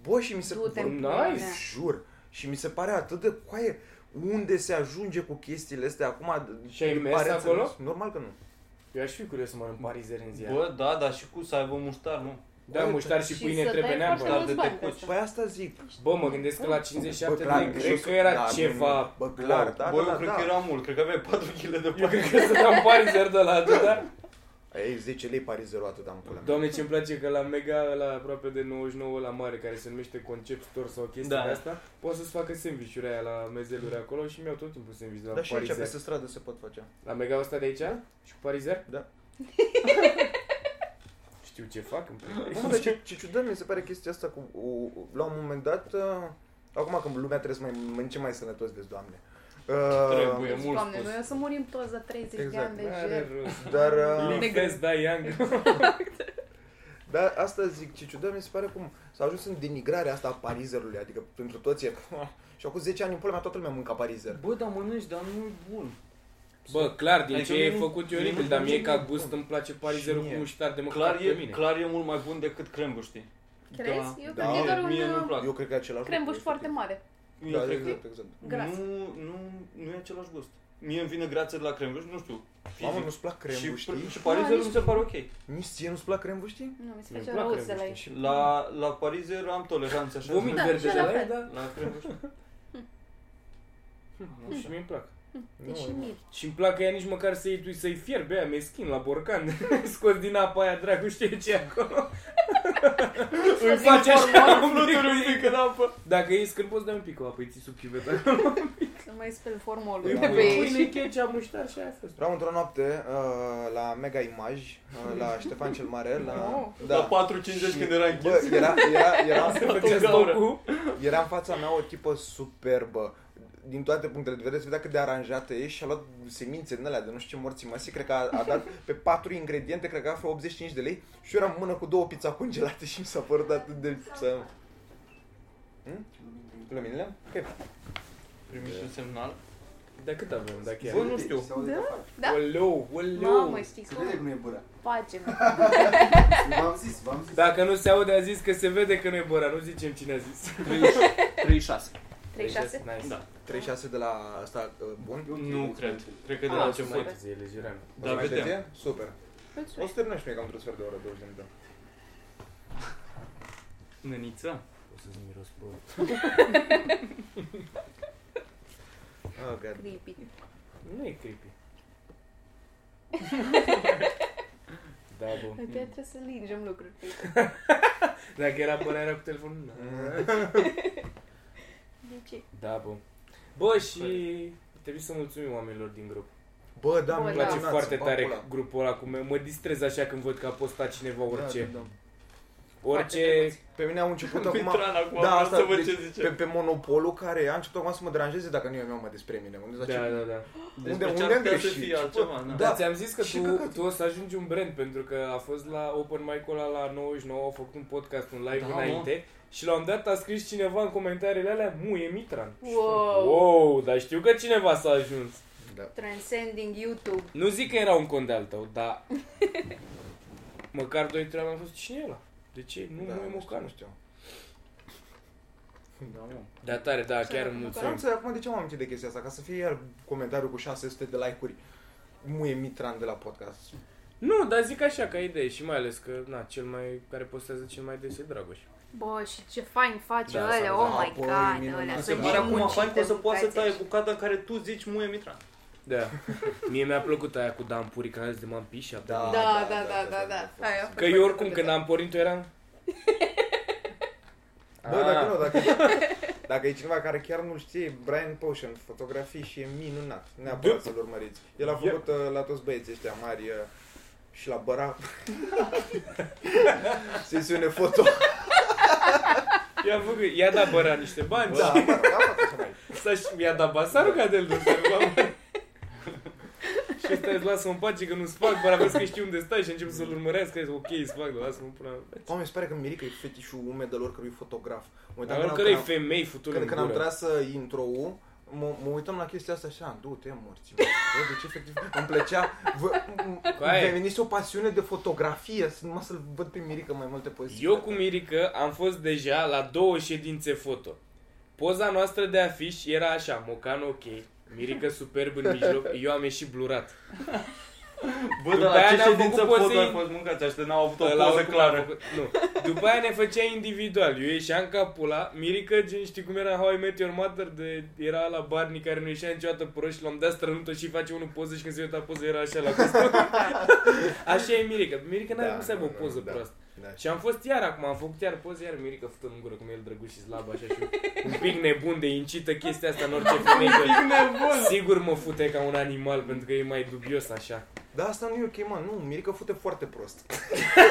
Speaker 3: Bă, și mi se
Speaker 5: Du-te
Speaker 3: vor-
Speaker 5: în
Speaker 4: nice.
Speaker 5: pula mea.
Speaker 3: Îți jur. Și mi se pare atât de coaie unde se ajunge cu chestiile astea acum.
Speaker 4: Și ai
Speaker 3: de
Speaker 4: mers
Speaker 3: pare
Speaker 4: acolo?
Speaker 3: înțeles. Normal că nu.
Speaker 4: Eu aș fi curios să mănânc parizer în ziua.
Speaker 1: Bă, da, dar și cu să aibă muștar, nu?
Speaker 4: Da, muștar și
Speaker 5: Și
Speaker 4: pâine
Speaker 5: să
Speaker 4: trebuie
Speaker 5: dai foarte
Speaker 4: neapărat.
Speaker 1: muștar
Speaker 5: mulți
Speaker 1: de
Speaker 5: bani
Speaker 1: te
Speaker 5: pe
Speaker 3: Păi
Speaker 5: asta.
Speaker 3: asta zic.
Speaker 4: Bă, mă gândesc că la
Speaker 3: Bă,
Speaker 4: 57 de
Speaker 3: clar,
Speaker 4: lei, cred
Speaker 3: jos-
Speaker 4: că era
Speaker 3: da,
Speaker 4: ceva...
Speaker 3: Bă, clar, da,
Speaker 1: Bă,
Speaker 3: da,
Speaker 1: eu
Speaker 3: da,
Speaker 1: cred
Speaker 3: da.
Speaker 1: că era mult, cred că aveai 4 kg de
Speaker 4: Eu
Speaker 1: bani.
Speaker 4: cred că să dăm parizer de la atâta.
Speaker 3: Ei, 10 lei parizerul atât am pula mea.
Speaker 4: Doamne, ce-mi place că la Mega, la aproape de 99 la mare, care se numește Concept Store sau chestia
Speaker 1: Da.
Speaker 4: de asta, poți să-ți facă sandwich-uri aia la mezeluri acolo Da, și mi-au tot timpul sandwich de la
Speaker 3: Dar și aici,
Speaker 4: parizer.
Speaker 3: peste stradă se pot face.
Speaker 4: La Mega ăsta de aici? Și cu parizer?
Speaker 3: Da.
Speaker 4: *laughs* Știu ce fac în
Speaker 5: Ah,
Speaker 4: primul
Speaker 3: Bă, dar
Speaker 4: *laughs*
Speaker 3: ce, ce ciudă mi se pare chestia asta cu... O, la un moment dat... Uh, acum când lumea trebuie să mai mănânce mai sănătos, vezi, doamne. Uh,
Speaker 1: Trebuie mult
Speaker 5: Doamne,
Speaker 1: spus.
Speaker 5: noi o să murim toți la 30 de
Speaker 3: Exact.
Speaker 5: ani de
Speaker 4: N-are
Speaker 5: jet.
Speaker 4: rost.
Speaker 3: Dar... Uh,
Speaker 5: Live
Speaker 4: Live da young.
Speaker 3: Dar asta zic, ce ciudat mi se pare cum s-a ajuns în denigrarea asta a parizerului, adică *laughs* pentru toți e... și acum 10 ani în pula mea toată lumea mânca parizer.
Speaker 1: Bă, dar mănânci, dar nu e bun.
Speaker 4: Bă, clar, din
Speaker 1: Adică
Speaker 4: ce
Speaker 1: mie
Speaker 4: e
Speaker 1: nu-
Speaker 4: făcut e
Speaker 1: mie
Speaker 4: oribil,
Speaker 1: nu-
Speaker 4: dar
Speaker 1: mie
Speaker 4: mie
Speaker 1: nu
Speaker 4: ca
Speaker 1: e
Speaker 4: gust
Speaker 3: bun.
Speaker 4: îmi place parizerul
Speaker 3: Și
Speaker 4: cu
Speaker 3: mie.
Speaker 4: muștar de
Speaker 1: Clar
Speaker 4: măcar pe
Speaker 1: e,
Speaker 4: mine.
Speaker 1: clar e mult mai bun decât crembu, știi?
Speaker 5: Crezi? Eu
Speaker 3: Da.
Speaker 5: cred că e doar un
Speaker 1: mie nu-mi
Speaker 5: uh,
Speaker 1: plac.
Speaker 3: Eu cred că e același
Speaker 5: crembuș
Speaker 3: lucru,
Speaker 5: foarte
Speaker 3: efectiv.
Speaker 5: mare.
Speaker 1: Mie
Speaker 3: Da,
Speaker 1: cred că
Speaker 3: exact, exact.
Speaker 5: Gras.
Speaker 1: nu, nu, nu e același gust. Mie îmi vine grață de la crembuș, nu știu.
Speaker 3: Mamă,
Speaker 1: fizic.
Speaker 3: nu-ți plac crembuș,
Speaker 1: și, și
Speaker 3: știi?
Speaker 5: Da,
Speaker 1: Pariserul
Speaker 5: nici
Speaker 1: mi se pare ok.
Speaker 3: Nici ție nu-ți plac crembuș, știi?
Speaker 5: Nu, mi se
Speaker 4: Mi-e
Speaker 5: face
Speaker 4: plac
Speaker 5: răuț de la
Speaker 4: crembuș,
Speaker 5: ei.
Speaker 1: La, la Pariser am toleranță așa.
Speaker 4: Vomit
Speaker 5: Da,
Speaker 4: verde
Speaker 5: și
Speaker 4: de
Speaker 5: la
Speaker 4: la ei,
Speaker 5: fel.
Speaker 4: da?
Speaker 1: La crembuș.
Speaker 4: Nu, Da. și mie îmi plac.
Speaker 5: E Deci și mir.
Speaker 4: Și îmi plac că ea nici măcar să-i, tu- să-i fierbe aia meschin la borcan. *laughs* Scos din apa aia, dracu, știe ce e acolo. Îmi face așa un pic, un pic în apă. Dacă e când poți dai un pic o apă, îi ții sub chiuveta.
Speaker 5: Să mai speli Păi, formolul
Speaker 3: Îi
Speaker 5: de
Speaker 4: Îi
Speaker 1: Păi
Speaker 3: Da.
Speaker 5: pe
Speaker 4: pui
Speaker 5: ei.
Speaker 4: pâine, ketchup, muștar și aia a fost.
Speaker 3: Eram într-o noapte uh, la Mega Image, uh,
Speaker 1: *laughs*
Speaker 3: la Ștefan cel Mare, la...
Speaker 5: Wow.
Speaker 1: Da. La 4.50
Speaker 3: Și,
Speaker 1: când era închis.
Speaker 3: Bă, era, era,
Speaker 1: *laughs*
Speaker 3: era,
Speaker 4: Se făcea
Speaker 1: gaură.
Speaker 4: stocul.
Speaker 3: era în fața mea o tipă superbă. Din toate punctele de vedere, se vedea cât de aranjată e și a luat semințe din alea de nu știu ce morții mase. Cred că a, a dat pe patru ingrediente, cred că află 85 de lei și eu eram în mână cu două pizza congelate și mi s-a părut atât de... Să... Hm? Luminile? Ok.
Speaker 1: Primiți un semnal.
Speaker 4: Dar cât avem, dacă
Speaker 1: Bă,
Speaker 4: e?
Speaker 1: nu știu.
Speaker 5: Da.
Speaker 4: Oleu, oleu.
Speaker 5: Mamă, știi
Speaker 6: Se vede
Speaker 5: cum?
Speaker 6: cum e bura.
Speaker 5: Pace, mă.
Speaker 4: Deci
Speaker 6: V-am zis, v-am zis.
Speaker 4: Dacă nu se aude, a zis că se vede că nu e bora, nu zicem cine a zis. Deci
Speaker 1: 36.
Speaker 5: 36?
Speaker 4: Nice.
Speaker 1: Da.
Speaker 3: 36 de la asta uh, bun.
Speaker 1: Nu cred. Cred că de
Speaker 5: Ah,
Speaker 1: la
Speaker 4: Ce
Speaker 1: început.
Speaker 4: mai e lejeran.
Speaker 3: O să
Speaker 1: Da,
Speaker 3: mai
Speaker 1: vedem.
Speaker 3: știe? Super. O să
Speaker 5: Mulțumesc.
Speaker 3: terminăm și mie cam într-o sfert de oră, 20 de minute.
Speaker 1: Nenița?
Speaker 4: O să-ți miros bă.
Speaker 3: Oh, God.
Speaker 5: Creepy.
Speaker 4: Nu e creepy. *laughs* da, bun.
Speaker 5: Noi Păi, trebuie să lingem lucruri.
Speaker 4: Dacă era bora, era cu telefonul. Da,
Speaker 5: De ce?
Speaker 4: da bun. Bă, și trebuie să mulțumim oamenilor din grup.
Speaker 3: Bă, da, mi
Speaker 5: Bă,
Speaker 4: Îmi
Speaker 5: da.
Speaker 4: place
Speaker 5: Mulțumim,
Speaker 4: foarte tare grupul ăla, cum mă distrez așa când văd că a postat
Speaker 3: Da,
Speaker 4: cineva orice. Orice
Speaker 3: Pe mine au început acum...
Speaker 1: Mitran acum,
Speaker 3: Da,
Speaker 1: vreau
Speaker 3: asta,
Speaker 1: să văd
Speaker 3: deci,
Speaker 1: ce zice.
Speaker 3: Pe, pe monopolul care a început acum să mă deranjeze dacă nu e mea mă despre mine. Mă gândesc la
Speaker 4: Da,
Speaker 3: ce...
Speaker 4: da, da.
Speaker 1: Despre
Speaker 3: unde
Speaker 1: ce ar
Speaker 3: am
Speaker 1: putea să
Speaker 3: greșit?
Speaker 1: fie altceva, na.
Speaker 4: Da,
Speaker 3: Da,
Speaker 4: ți-am zis că
Speaker 3: și
Speaker 4: tu,
Speaker 3: căcat.
Speaker 4: tu o să ajungi un brand pentru că a fost la open mic ăla la 99, au făcut un podcast, un live
Speaker 1: Da, mă.
Speaker 4: înainte și la un dat a scris cineva în comentariile alea, mu, e Mitran.
Speaker 5: Wow.
Speaker 4: wow, dar știu că cineva s-a ajuns.
Speaker 3: Da.
Speaker 5: Transcending YouTube.
Speaker 4: Nu zic că era un cont de-al tău, dar măcar 2-3 ani am fost cine e ăla? De ce? Nu,
Speaker 3: da,
Speaker 4: nu e
Speaker 3: nu știu, nu
Speaker 4: mocanul.
Speaker 3: știu.
Speaker 4: Da, tare, da,
Speaker 5: Ce
Speaker 4: chiar
Speaker 3: Dar
Speaker 4: îmi
Speaker 5: era cu
Speaker 3: nu
Speaker 4: mulțumim.
Speaker 3: înțeleg acum de ce m-am amintit de chestia asta, ca să fie iar comentariul cu 600 de like-uri. Nu e Mitran de la podcast.
Speaker 4: Nu, dar zic așa ca idee și mai ales că, na, cel mai, care postează cel mai des e Dragoș.
Speaker 5: Bă, și ce fain face
Speaker 4: Da,
Speaker 5: ălea,
Speaker 4: s-a
Speaker 5: oh
Speaker 3: văzut.
Speaker 5: my
Speaker 3: Apoi,
Speaker 5: god,
Speaker 3: minunat.
Speaker 5: ălea.
Speaker 1: Se
Speaker 5: Să
Speaker 1: pare
Speaker 5: și
Speaker 1: acum fain că o să poată să tai
Speaker 5: bucați.
Speaker 1: bucata în care tu zici muie Mitran.
Speaker 4: Da. Mie mi-a plăcut aia cu Dan Purica, ales de m-am pișat.
Speaker 5: Da,
Speaker 3: Da, da,
Speaker 5: da, da,
Speaker 3: da,
Speaker 5: da,
Speaker 3: da,
Speaker 5: da. Aia a fost
Speaker 4: Că eu
Speaker 5: foarte
Speaker 4: oricum când
Speaker 5: *laughs* plăcut.
Speaker 4: am pornit-o eram...
Speaker 3: Bă,
Speaker 4: Ah.
Speaker 3: dacă nu, dacă, dacă e cineva care chiar nu știe, Brian Potion, fotografii și e minunat. Neapărat
Speaker 4: Dup.
Speaker 3: să-l urmăriți. El a făcut uh, la toți băieții ăștia mari uh, și la
Speaker 4: *laughs*
Speaker 3: băra. Sesiune foto.
Speaker 4: I-a, făcut, i-a dat băra niște bani,
Speaker 3: Da,
Speaker 4: da.
Speaker 3: mă rog, am făcut mai.
Speaker 4: s-a, i-a dat basarul ca de-l duce. Și ăsta îți lasă-mă în pace că nu-ți fac, băra, vezi că știu unde stai și încep să-l urmărească, zic, ok, îți fac, dar lasă-mă până...
Speaker 3: Oameni, mi se pare că Mirica e fetișul umed al oricărui fotograf. Mă
Speaker 4: Dar
Speaker 3: uitam când am-
Speaker 4: oricărei
Speaker 3: când am-
Speaker 4: femei futul
Speaker 3: când,
Speaker 4: în
Speaker 3: când am
Speaker 4: gură.
Speaker 3: tras uh, intro-ul, mă, mă uitam la chestia asta așa, du-te morții, mă. Bă, de ce efectiv îmi plăcea, vă, m-
Speaker 4: *laughs* Coaie.
Speaker 3: mi-a venit și o pasiune de fotografie, să- numai să-l văd pe Mirica în mai multe poziții.
Speaker 4: Eu cu Mirica am fost deja la două ședințe foto. Poza noastră de afiș era așa, mocan ok, Mirica superb în mijloc, eu am ieșit blurat.
Speaker 1: Bă,
Speaker 4: După
Speaker 1: dar la
Speaker 4: aia
Speaker 1: ce
Speaker 4: ne-am
Speaker 1: ședință
Speaker 4: făcut
Speaker 1: pot
Speaker 4: poze-
Speaker 1: ai fost mâncați așa, n-au avut o
Speaker 4: Ăla
Speaker 1: poză
Speaker 4: oricum a
Speaker 1: clară.
Speaker 4: făcut- Nu. După aia ne făcea individual. Eu ieșeam ca pula, Mirica, gen, știi cum era How I Met Your Mother, de, era la Barney care nu ieșea niciodată proști, l-am dat strănută și face unul poză și când se uita poză era așa la costum. așa e Mirica. Mirica n-are
Speaker 3: Da,
Speaker 4: cum să aibă o
Speaker 3: nu, nu,
Speaker 4: poză
Speaker 3: da.
Speaker 4: proastă.
Speaker 3: Da.
Speaker 4: Și am fost iar acum, am făcut iar poze, iar Mirica făcut în gură cum el drăguț și slab, așa și un pic nebun de incită chestia asta în orice femeie. Că sigur mă fute ca un animal pentru că e mai dubios așa.
Speaker 3: Dar asta nu e ok, mă, nu, Mirica fute foarte prost.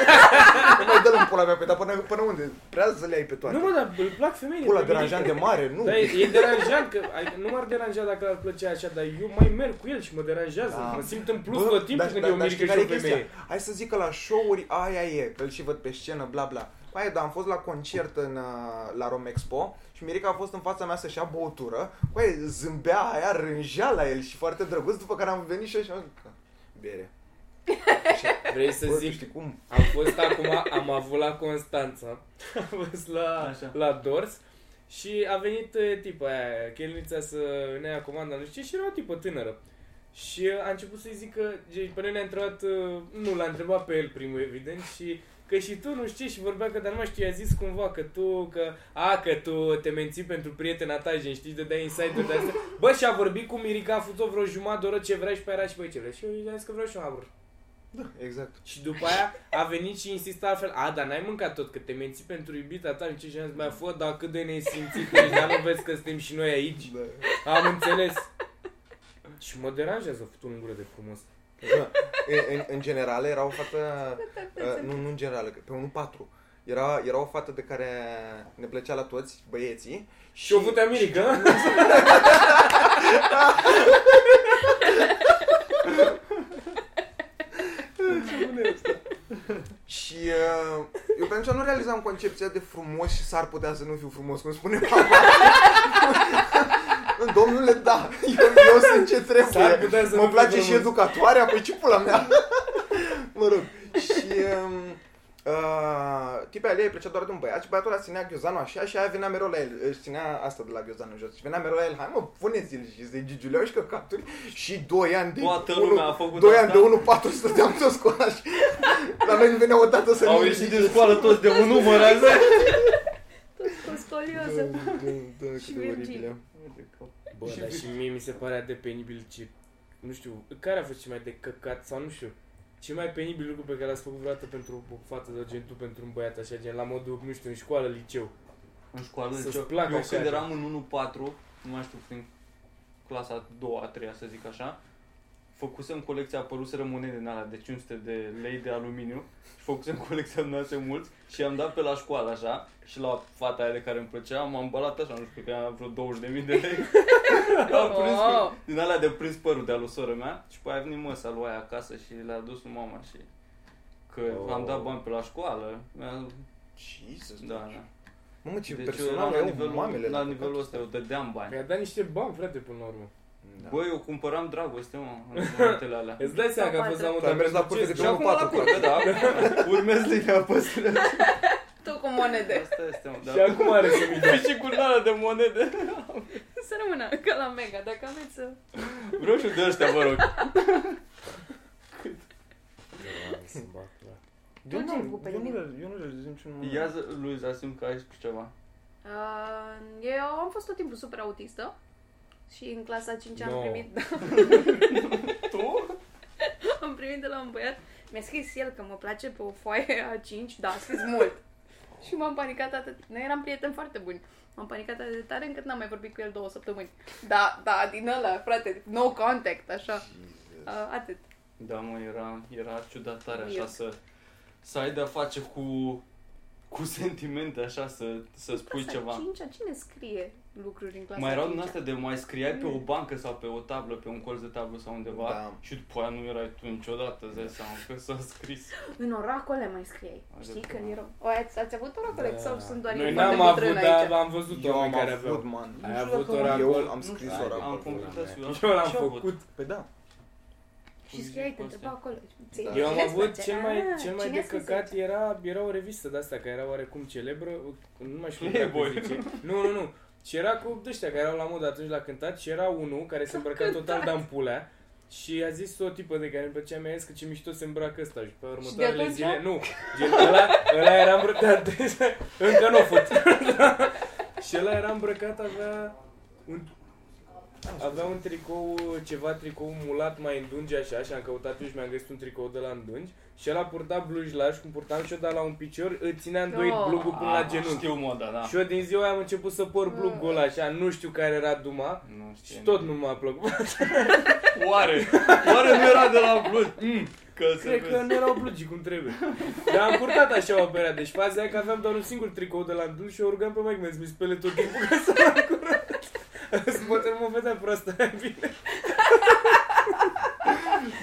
Speaker 3: *laughs* nu mai dă-l în pula mea, pe dar până, până unde? Prea să le ai pe toate.
Speaker 4: Nu mă, dar îl plac femeile.
Speaker 3: pula
Speaker 4: pe Mirica.
Speaker 3: deranjant de mare, nu.
Speaker 4: Da, e, e deranjant, că adică nu m-ar deranja dacă ar plăcea așa, dar eu mai merg cu el și mă deranjează.
Speaker 3: Da.
Speaker 4: Mă simt în plus tot timpul când eu merg
Speaker 3: știi
Speaker 4: și
Speaker 3: care
Speaker 4: o
Speaker 3: e chestia?
Speaker 4: femeie.
Speaker 3: Hai să zic că la show-uri aia e, că îl și văd pe scenă, bla bla. Mai da, am fost la concert în, uh, la Romexpo și Mirica a fost în fața mea să-și ia băutură. Băi, zâmbea aia, rângea la el și foarte drăguț, după care am venit și așa, zic, bere.
Speaker 4: Vrei să
Speaker 3: Bă, tu
Speaker 4: zic,
Speaker 3: știi cum?
Speaker 4: am fost acum, am avut la Constanța, *laughs* am fost la,
Speaker 1: Așa.
Speaker 4: la Dors și a venit eh, tipa aia, chelnița să ne ia comanda, nu știu ce, și era o tipă tânără. Și eh, a început să-i zică, gen, pe noi ne-a întrebat, eh, nu, l-a întrebat pe el primul, evident, și că și tu nu știi și vorbea că, dar nu mai știu, i-a zis cumva că tu, că, a, că tu te menții pentru prietena ta, gen, știi, de dai insider de asta. Bă, și a vorbit cu Mirica, a făcut-o vreo jumătate de oră ce vrea și pe aia era și pe ce vrea. Și eu i-am zis că vreau și un abur.
Speaker 3: Da, exact.
Speaker 4: Și după aia a venit și insista altfel A, dar n-ai mâncat tot, că te menții pentru iubita ta Și ce am zis, mai fă, dar cât de nesimțit ești Dar nu vezi că suntem și noi aici
Speaker 3: Da.
Speaker 4: Am înțeles Și mă deranjează fătul în gură de frumos
Speaker 3: Da. În, în, în general era o fată, uh, nu, nu în general, că pe 1-4. Era, era o fată de care ne plăcea la toți băieții
Speaker 4: Și o fute America
Speaker 3: și uh, eu pe atunci nu realizam concepția de frumos și s-ar putea să nu fiu frumos, cum spune mama. *laughs* Domnule, da, eu, eu sunt ce
Speaker 4: *laughs* S-ar
Speaker 3: trebuie.
Speaker 4: putea să
Speaker 3: Mă
Speaker 4: nu
Speaker 3: place
Speaker 4: fiu
Speaker 3: și
Speaker 4: frumos.
Speaker 3: educatoarea, păi ce pula mea? *laughs* mă rog. Și um, uh, tipea lui îi plăcea doar de un băiat și băiatul ăla ținea ghiozanul așa și aia venea mereu la el. Își ținea asta de la ghiozanul jos. Și venea mereu la el, hai mă, puneți-l și se gigiuleau și căcaturi. Și doi ani de
Speaker 1: Toată
Speaker 3: unu-
Speaker 1: lumea a făcut
Speaker 3: doi ani
Speaker 1: asta.
Speaker 3: de 1-4 stăteam toți cu ăla și la noi nu venea o dată să
Speaker 1: Au
Speaker 3: ne
Speaker 1: ieșit din
Speaker 3: ridice.
Speaker 1: școală toți de un număr azi.
Speaker 5: Sunt
Speaker 3: Da,
Speaker 4: *laughs*
Speaker 5: scolioză.
Speaker 3: da, da, cât
Speaker 5: Și
Speaker 3: de
Speaker 5: Virgil.
Speaker 3: oribile.
Speaker 4: Bă, dar și mie mi se pare de penibil ce Nu știu, care a fost cel mai de căcat sau nu știu cel mai penibil lucru pe care l-ați făcut vreodată pentru o fată sau gen tu pentru un băiat așa gen la modul, nu știu, în școală, liceu.
Speaker 1: În școală,
Speaker 4: Să-ți
Speaker 1: eu,
Speaker 4: placă
Speaker 1: eu
Speaker 4: așa,
Speaker 1: când
Speaker 4: așa.
Speaker 1: eram în 1-4, nu mai știu, prin clasa a doua, a treia, să zic așa, făcusem colecția, apăruseră monede din alea de 500 de lei de aluminiu și făcusem *laughs* colecția din astea mulți și am dat pe la școală așa și la fata aia de care îmi plăcea am ambalat așa, nu știu, cred că era vreo 20.000 de
Speaker 4: *laughs*
Speaker 1: lei. am prins
Speaker 5: Oh.
Speaker 1: cu, din alea de prins părul de alu soră mea și pe aia a venit măsa lui aia acasă și le-a dus lui mama și că
Speaker 4: Oh.
Speaker 1: am dat bani pe la școală. Mi-a-
Speaker 3: Jesus,
Speaker 1: Da, da.
Speaker 3: Mamă, ce
Speaker 1: Deci eu eram
Speaker 3: personal
Speaker 1: la
Speaker 3: au
Speaker 1: nivelul,
Speaker 3: mamele.
Speaker 1: la
Speaker 3: de
Speaker 1: nivelul
Speaker 3: păcat.
Speaker 1: ăsta, eu dădeam bani.
Speaker 4: Mi-a dat niște bani, frate, până la urmă.
Speaker 3: Da.
Speaker 1: Bă, eu cumpăram dragoste, mă,
Speaker 3: *laughs*
Speaker 1: în momentele alea.
Speaker 4: Îți dai seama că a fost la
Speaker 3: Tu ai mers la curte de
Speaker 1: Și
Speaker 3: pe
Speaker 1: acum la
Speaker 3: 1-4,
Speaker 1: curte,
Speaker 3: *laughs*
Speaker 1: da, urmez linia păstră.
Speaker 5: Tu cu monede. *laughs*
Speaker 1: Asta este, mă,
Speaker 4: Și
Speaker 1: da.
Speaker 4: acum are să mi
Speaker 1: Păi și cu nala de monede.
Speaker 5: Să rămână ca la mega, dacă aveți uh, să...
Speaker 1: Vreau și de ăștia, vă rog.
Speaker 3: Eu
Speaker 5: Tu ce ai
Speaker 3: nu,
Speaker 5: făcut pe
Speaker 3: eu nu,
Speaker 5: lumină?
Speaker 3: le- eu nu realizez niciun moment.
Speaker 1: Ia, zi, Luiza, simt că ai spus ceva.
Speaker 5: Uh, eu am fost tot timpul super autistă și în clasa 5 am
Speaker 4: No.
Speaker 5: primit
Speaker 1: Tu?
Speaker 5: am primit de la un băiat. Mi-a scris el că mă place pe o foaie a 5, da, a scris mult. Și m-am panicat atât. Noi eram prieteni foarte buni. M-am panicat atât de tare încât n-am mai vorbit cu el două săptămâni. Da, da, din ăla, frate, no contact, așa. Uh, atât.
Speaker 1: Da, mă, era, era ciudat tare așa
Speaker 5: Weird.
Speaker 1: să, să ai de-a face cu, cu sentimente, așa, să, să spui
Speaker 5: clasa
Speaker 1: ceva.
Speaker 5: 5 cine scrie lucruri în clasa
Speaker 1: Mai erau din
Speaker 5: 5-a?
Speaker 1: astea de mai scriai pe o bancă sau pe o tablă, pe un colț de tablă sau undeva
Speaker 3: Da.
Speaker 1: și după aia nu erai tu niciodată, îți dai seama că s-a scris.
Speaker 5: În oracole mai scriei.
Speaker 1: Așa
Speaker 5: Știi
Speaker 1: ceva.
Speaker 5: că erau... O, ați, ați avut oracole
Speaker 4: Da.
Speaker 5: sau sunt doar
Speaker 1: Noi
Speaker 5: eu
Speaker 4: N-am
Speaker 5: Păi, foarte
Speaker 4: avut,
Speaker 5: bătrână
Speaker 4: dar
Speaker 5: aici?
Speaker 4: am văzut
Speaker 3: Eu
Speaker 4: oameni
Speaker 3: am
Speaker 4: care
Speaker 3: avut,
Speaker 4: aveau.
Speaker 3: man.
Speaker 4: Ai
Speaker 1: Nu știu
Speaker 4: avut
Speaker 1: dacă
Speaker 4: oracol?
Speaker 3: Eu
Speaker 1: Nu
Speaker 3: am scris
Speaker 1: știu,
Speaker 3: oracol.
Speaker 1: Da, Am
Speaker 3: pula
Speaker 1: computat
Speaker 3: mea.
Speaker 4: Eu l-am
Speaker 1: Ce-a
Speaker 4: făcut.
Speaker 3: Păi da.
Speaker 5: Și scriei, te întreba acolo. Ți-ai
Speaker 4: Eu am
Speaker 5: scris,
Speaker 4: avut
Speaker 5: face,
Speaker 4: cel mai,
Speaker 5: "Ah,
Speaker 4: cel mai
Speaker 5: cine a
Speaker 4: de
Speaker 5: scris
Speaker 4: căcat
Speaker 5: aici?"
Speaker 4: era, era o revistă de asta care era oarecum celebră, nu mai știu
Speaker 1: Hey,
Speaker 4: cum dracu
Speaker 1: boy.
Speaker 4: zice. Nu, nu, nu. Și era cu ăștia care erau la mod atunci la cântat și era unul care se îmbrăca total de ampulea și a zis o tipă de care îmi plăcea mi-a zis că ce mișto se îmbracă ăsta și pe următoarele
Speaker 5: atunci?
Speaker 4: zile, nu, gen ăla, ăla era îmbrăcat, *laughs* încă nu o
Speaker 5: *laughs*
Speaker 4: fut. și ăla era îmbrăcat, avea un Avea un tricou, ceva tricou mulat mai îndungi așa și am căutat eu și mi-am găsit un tricou de la îndungi și el a purtat blujlaș, cum purtam și eu, dar la un picior îl ținea îndoit
Speaker 5: Oh.
Speaker 4: blugul până la
Speaker 1: Ah,
Speaker 4: genunchi.
Speaker 1: Știu moda, da.
Speaker 4: Și eu din ziua aia am început să por blug gol așa, nu știu care era duma
Speaker 1: Nu
Speaker 4: și
Speaker 1: știu.
Speaker 4: tot nu m-a plăcut.
Speaker 1: Oare? Oare nu era de la Blues? Mm, că se
Speaker 4: Cred că
Speaker 1: vezi.
Speaker 4: nu erau blugi cum trebuie. Dar am purtat așa o perioadă, deci faza aia că aveam doar un singur tricou de la îndungi și eu rugam pe maică mea să mi spele tot timpul ca să mă *laughs* curat. Să poate nu mă vedea proastă, bine.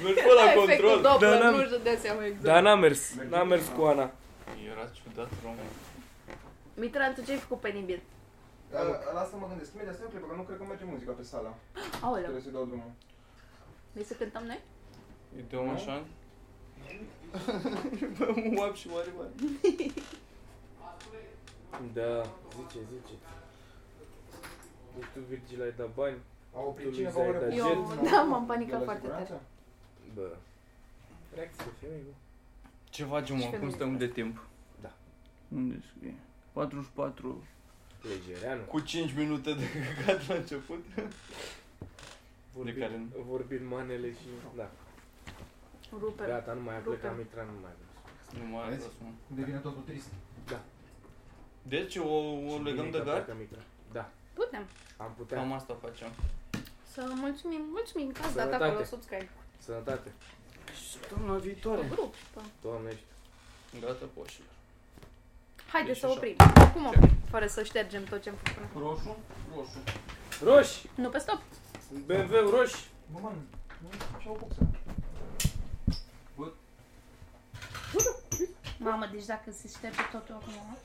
Speaker 1: Mergi pe la
Speaker 5: Efectul
Speaker 1: control.
Speaker 5: Doppler,
Speaker 4: Da, n-am-
Speaker 5: nu-și dădea seama exact.
Speaker 4: Dar n-a mers, n-a mers cu Ana.
Speaker 1: Era Era ciudat român.
Speaker 5: Mitran, tu ce-ai făcut penibil?
Speaker 3: Uh, lasă mă gândesc. Imediat stai o clipă, că nu cred că merge muzica pe
Speaker 5: Da.
Speaker 3: sala.
Speaker 5: Aoleu,
Speaker 3: Trebuie să dau drumul.
Speaker 5: vrei să cântăm noi?
Speaker 1: Îi dăm așa? *laughs* Bă, un wap și mare, mare.
Speaker 4: Da, zice, zice. Deci tu, Virgil, ai dat bani?
Speaker 3: A
Speaker 4: Tu,
Speaker 3: oprit
Speaker 4: Luiza,
Speaker 3: cineva
Speaker 4: ai
Speaker 3: o
Speaker 4: dat
Speaker 3: revoluție?
Speaker 5: jet?
Speaker 3: Nu.
Speaker 5: Eu- *laughs* da, m-am panicat
Speaker 3: De la
Speaker 5: foarte
Speaker 3: siguranță?
Speaker 4: Bă. Reacție femei, bă.
Speaker 1: Ce facem
Speaker 5: Și
Speaker 1: acum?
Speaker 5: femeie.
Speaker 1: Stăm de timp.
Speaker 4: Da.
Speaker 1: Unde scrie? 44.
Speaker 4: Legereanu.
Speaker 1: Cu 5 minute de căcat la început.
Speaker 4: Vorbim,
Speaker 1: care
Speaker 4: care...
Speaker 1: nu-
Speaker 4: vorbim manele și... Da,
Speaker 5: Păi, Rupe.
Speaker 4: gata, nu mai a plecat
Speaker 5: Rupem.
Speaker 4: Mitran, nu mai a plecat.
Speaker 1: Nu mai
Speaker 6: Vezi?
Speaker 1: las, mă.
Speaker 6: Devine totul trist.
Speaker 1: Da. Deci o, o
Speaker 4: Și
Speaker 1: legăm
Speaker 4: bine
Speaker 1: de
Speaker 4: că a
Speaker 1: gard?
Speaker 4: plecat Mitran. Da,
Speaker 5: Putem.
Speaker 4: am putea.
Speaker 1: Cam asta facem.
Speaker 5: Să mulțumim, mulțumim că ați dat
Speaker 4: Sănătate.
Speaker 5: acolo subscribe.
Speaker 4: Sănătate.
Speaker 1: Săptămâna
Speaker 5: Pe
Speaker 1: viitoare.
Speaker 5: grup. pe-
Speaker 4: Doamne, ești.
Speaker 1: Gata, poșilor.
Speaker 5: Haideți
Speaker 1: Deci
Speaker 5: să
Speaker 1: așa.
Speaker 5: oprim. Cum oprim? Fără să ștergem tot ce am făcut. până
Speaker 2: Roșu? Roșu.
Speaker 4: Roși!
Speaker 5: acum. Nu pe stop.
Speaker 4: BMW roși!
Speaker 3: Bă, man, nu și-au boxa.
Speaker 7: Mamă, deci dacă se șterge totul acum, mă?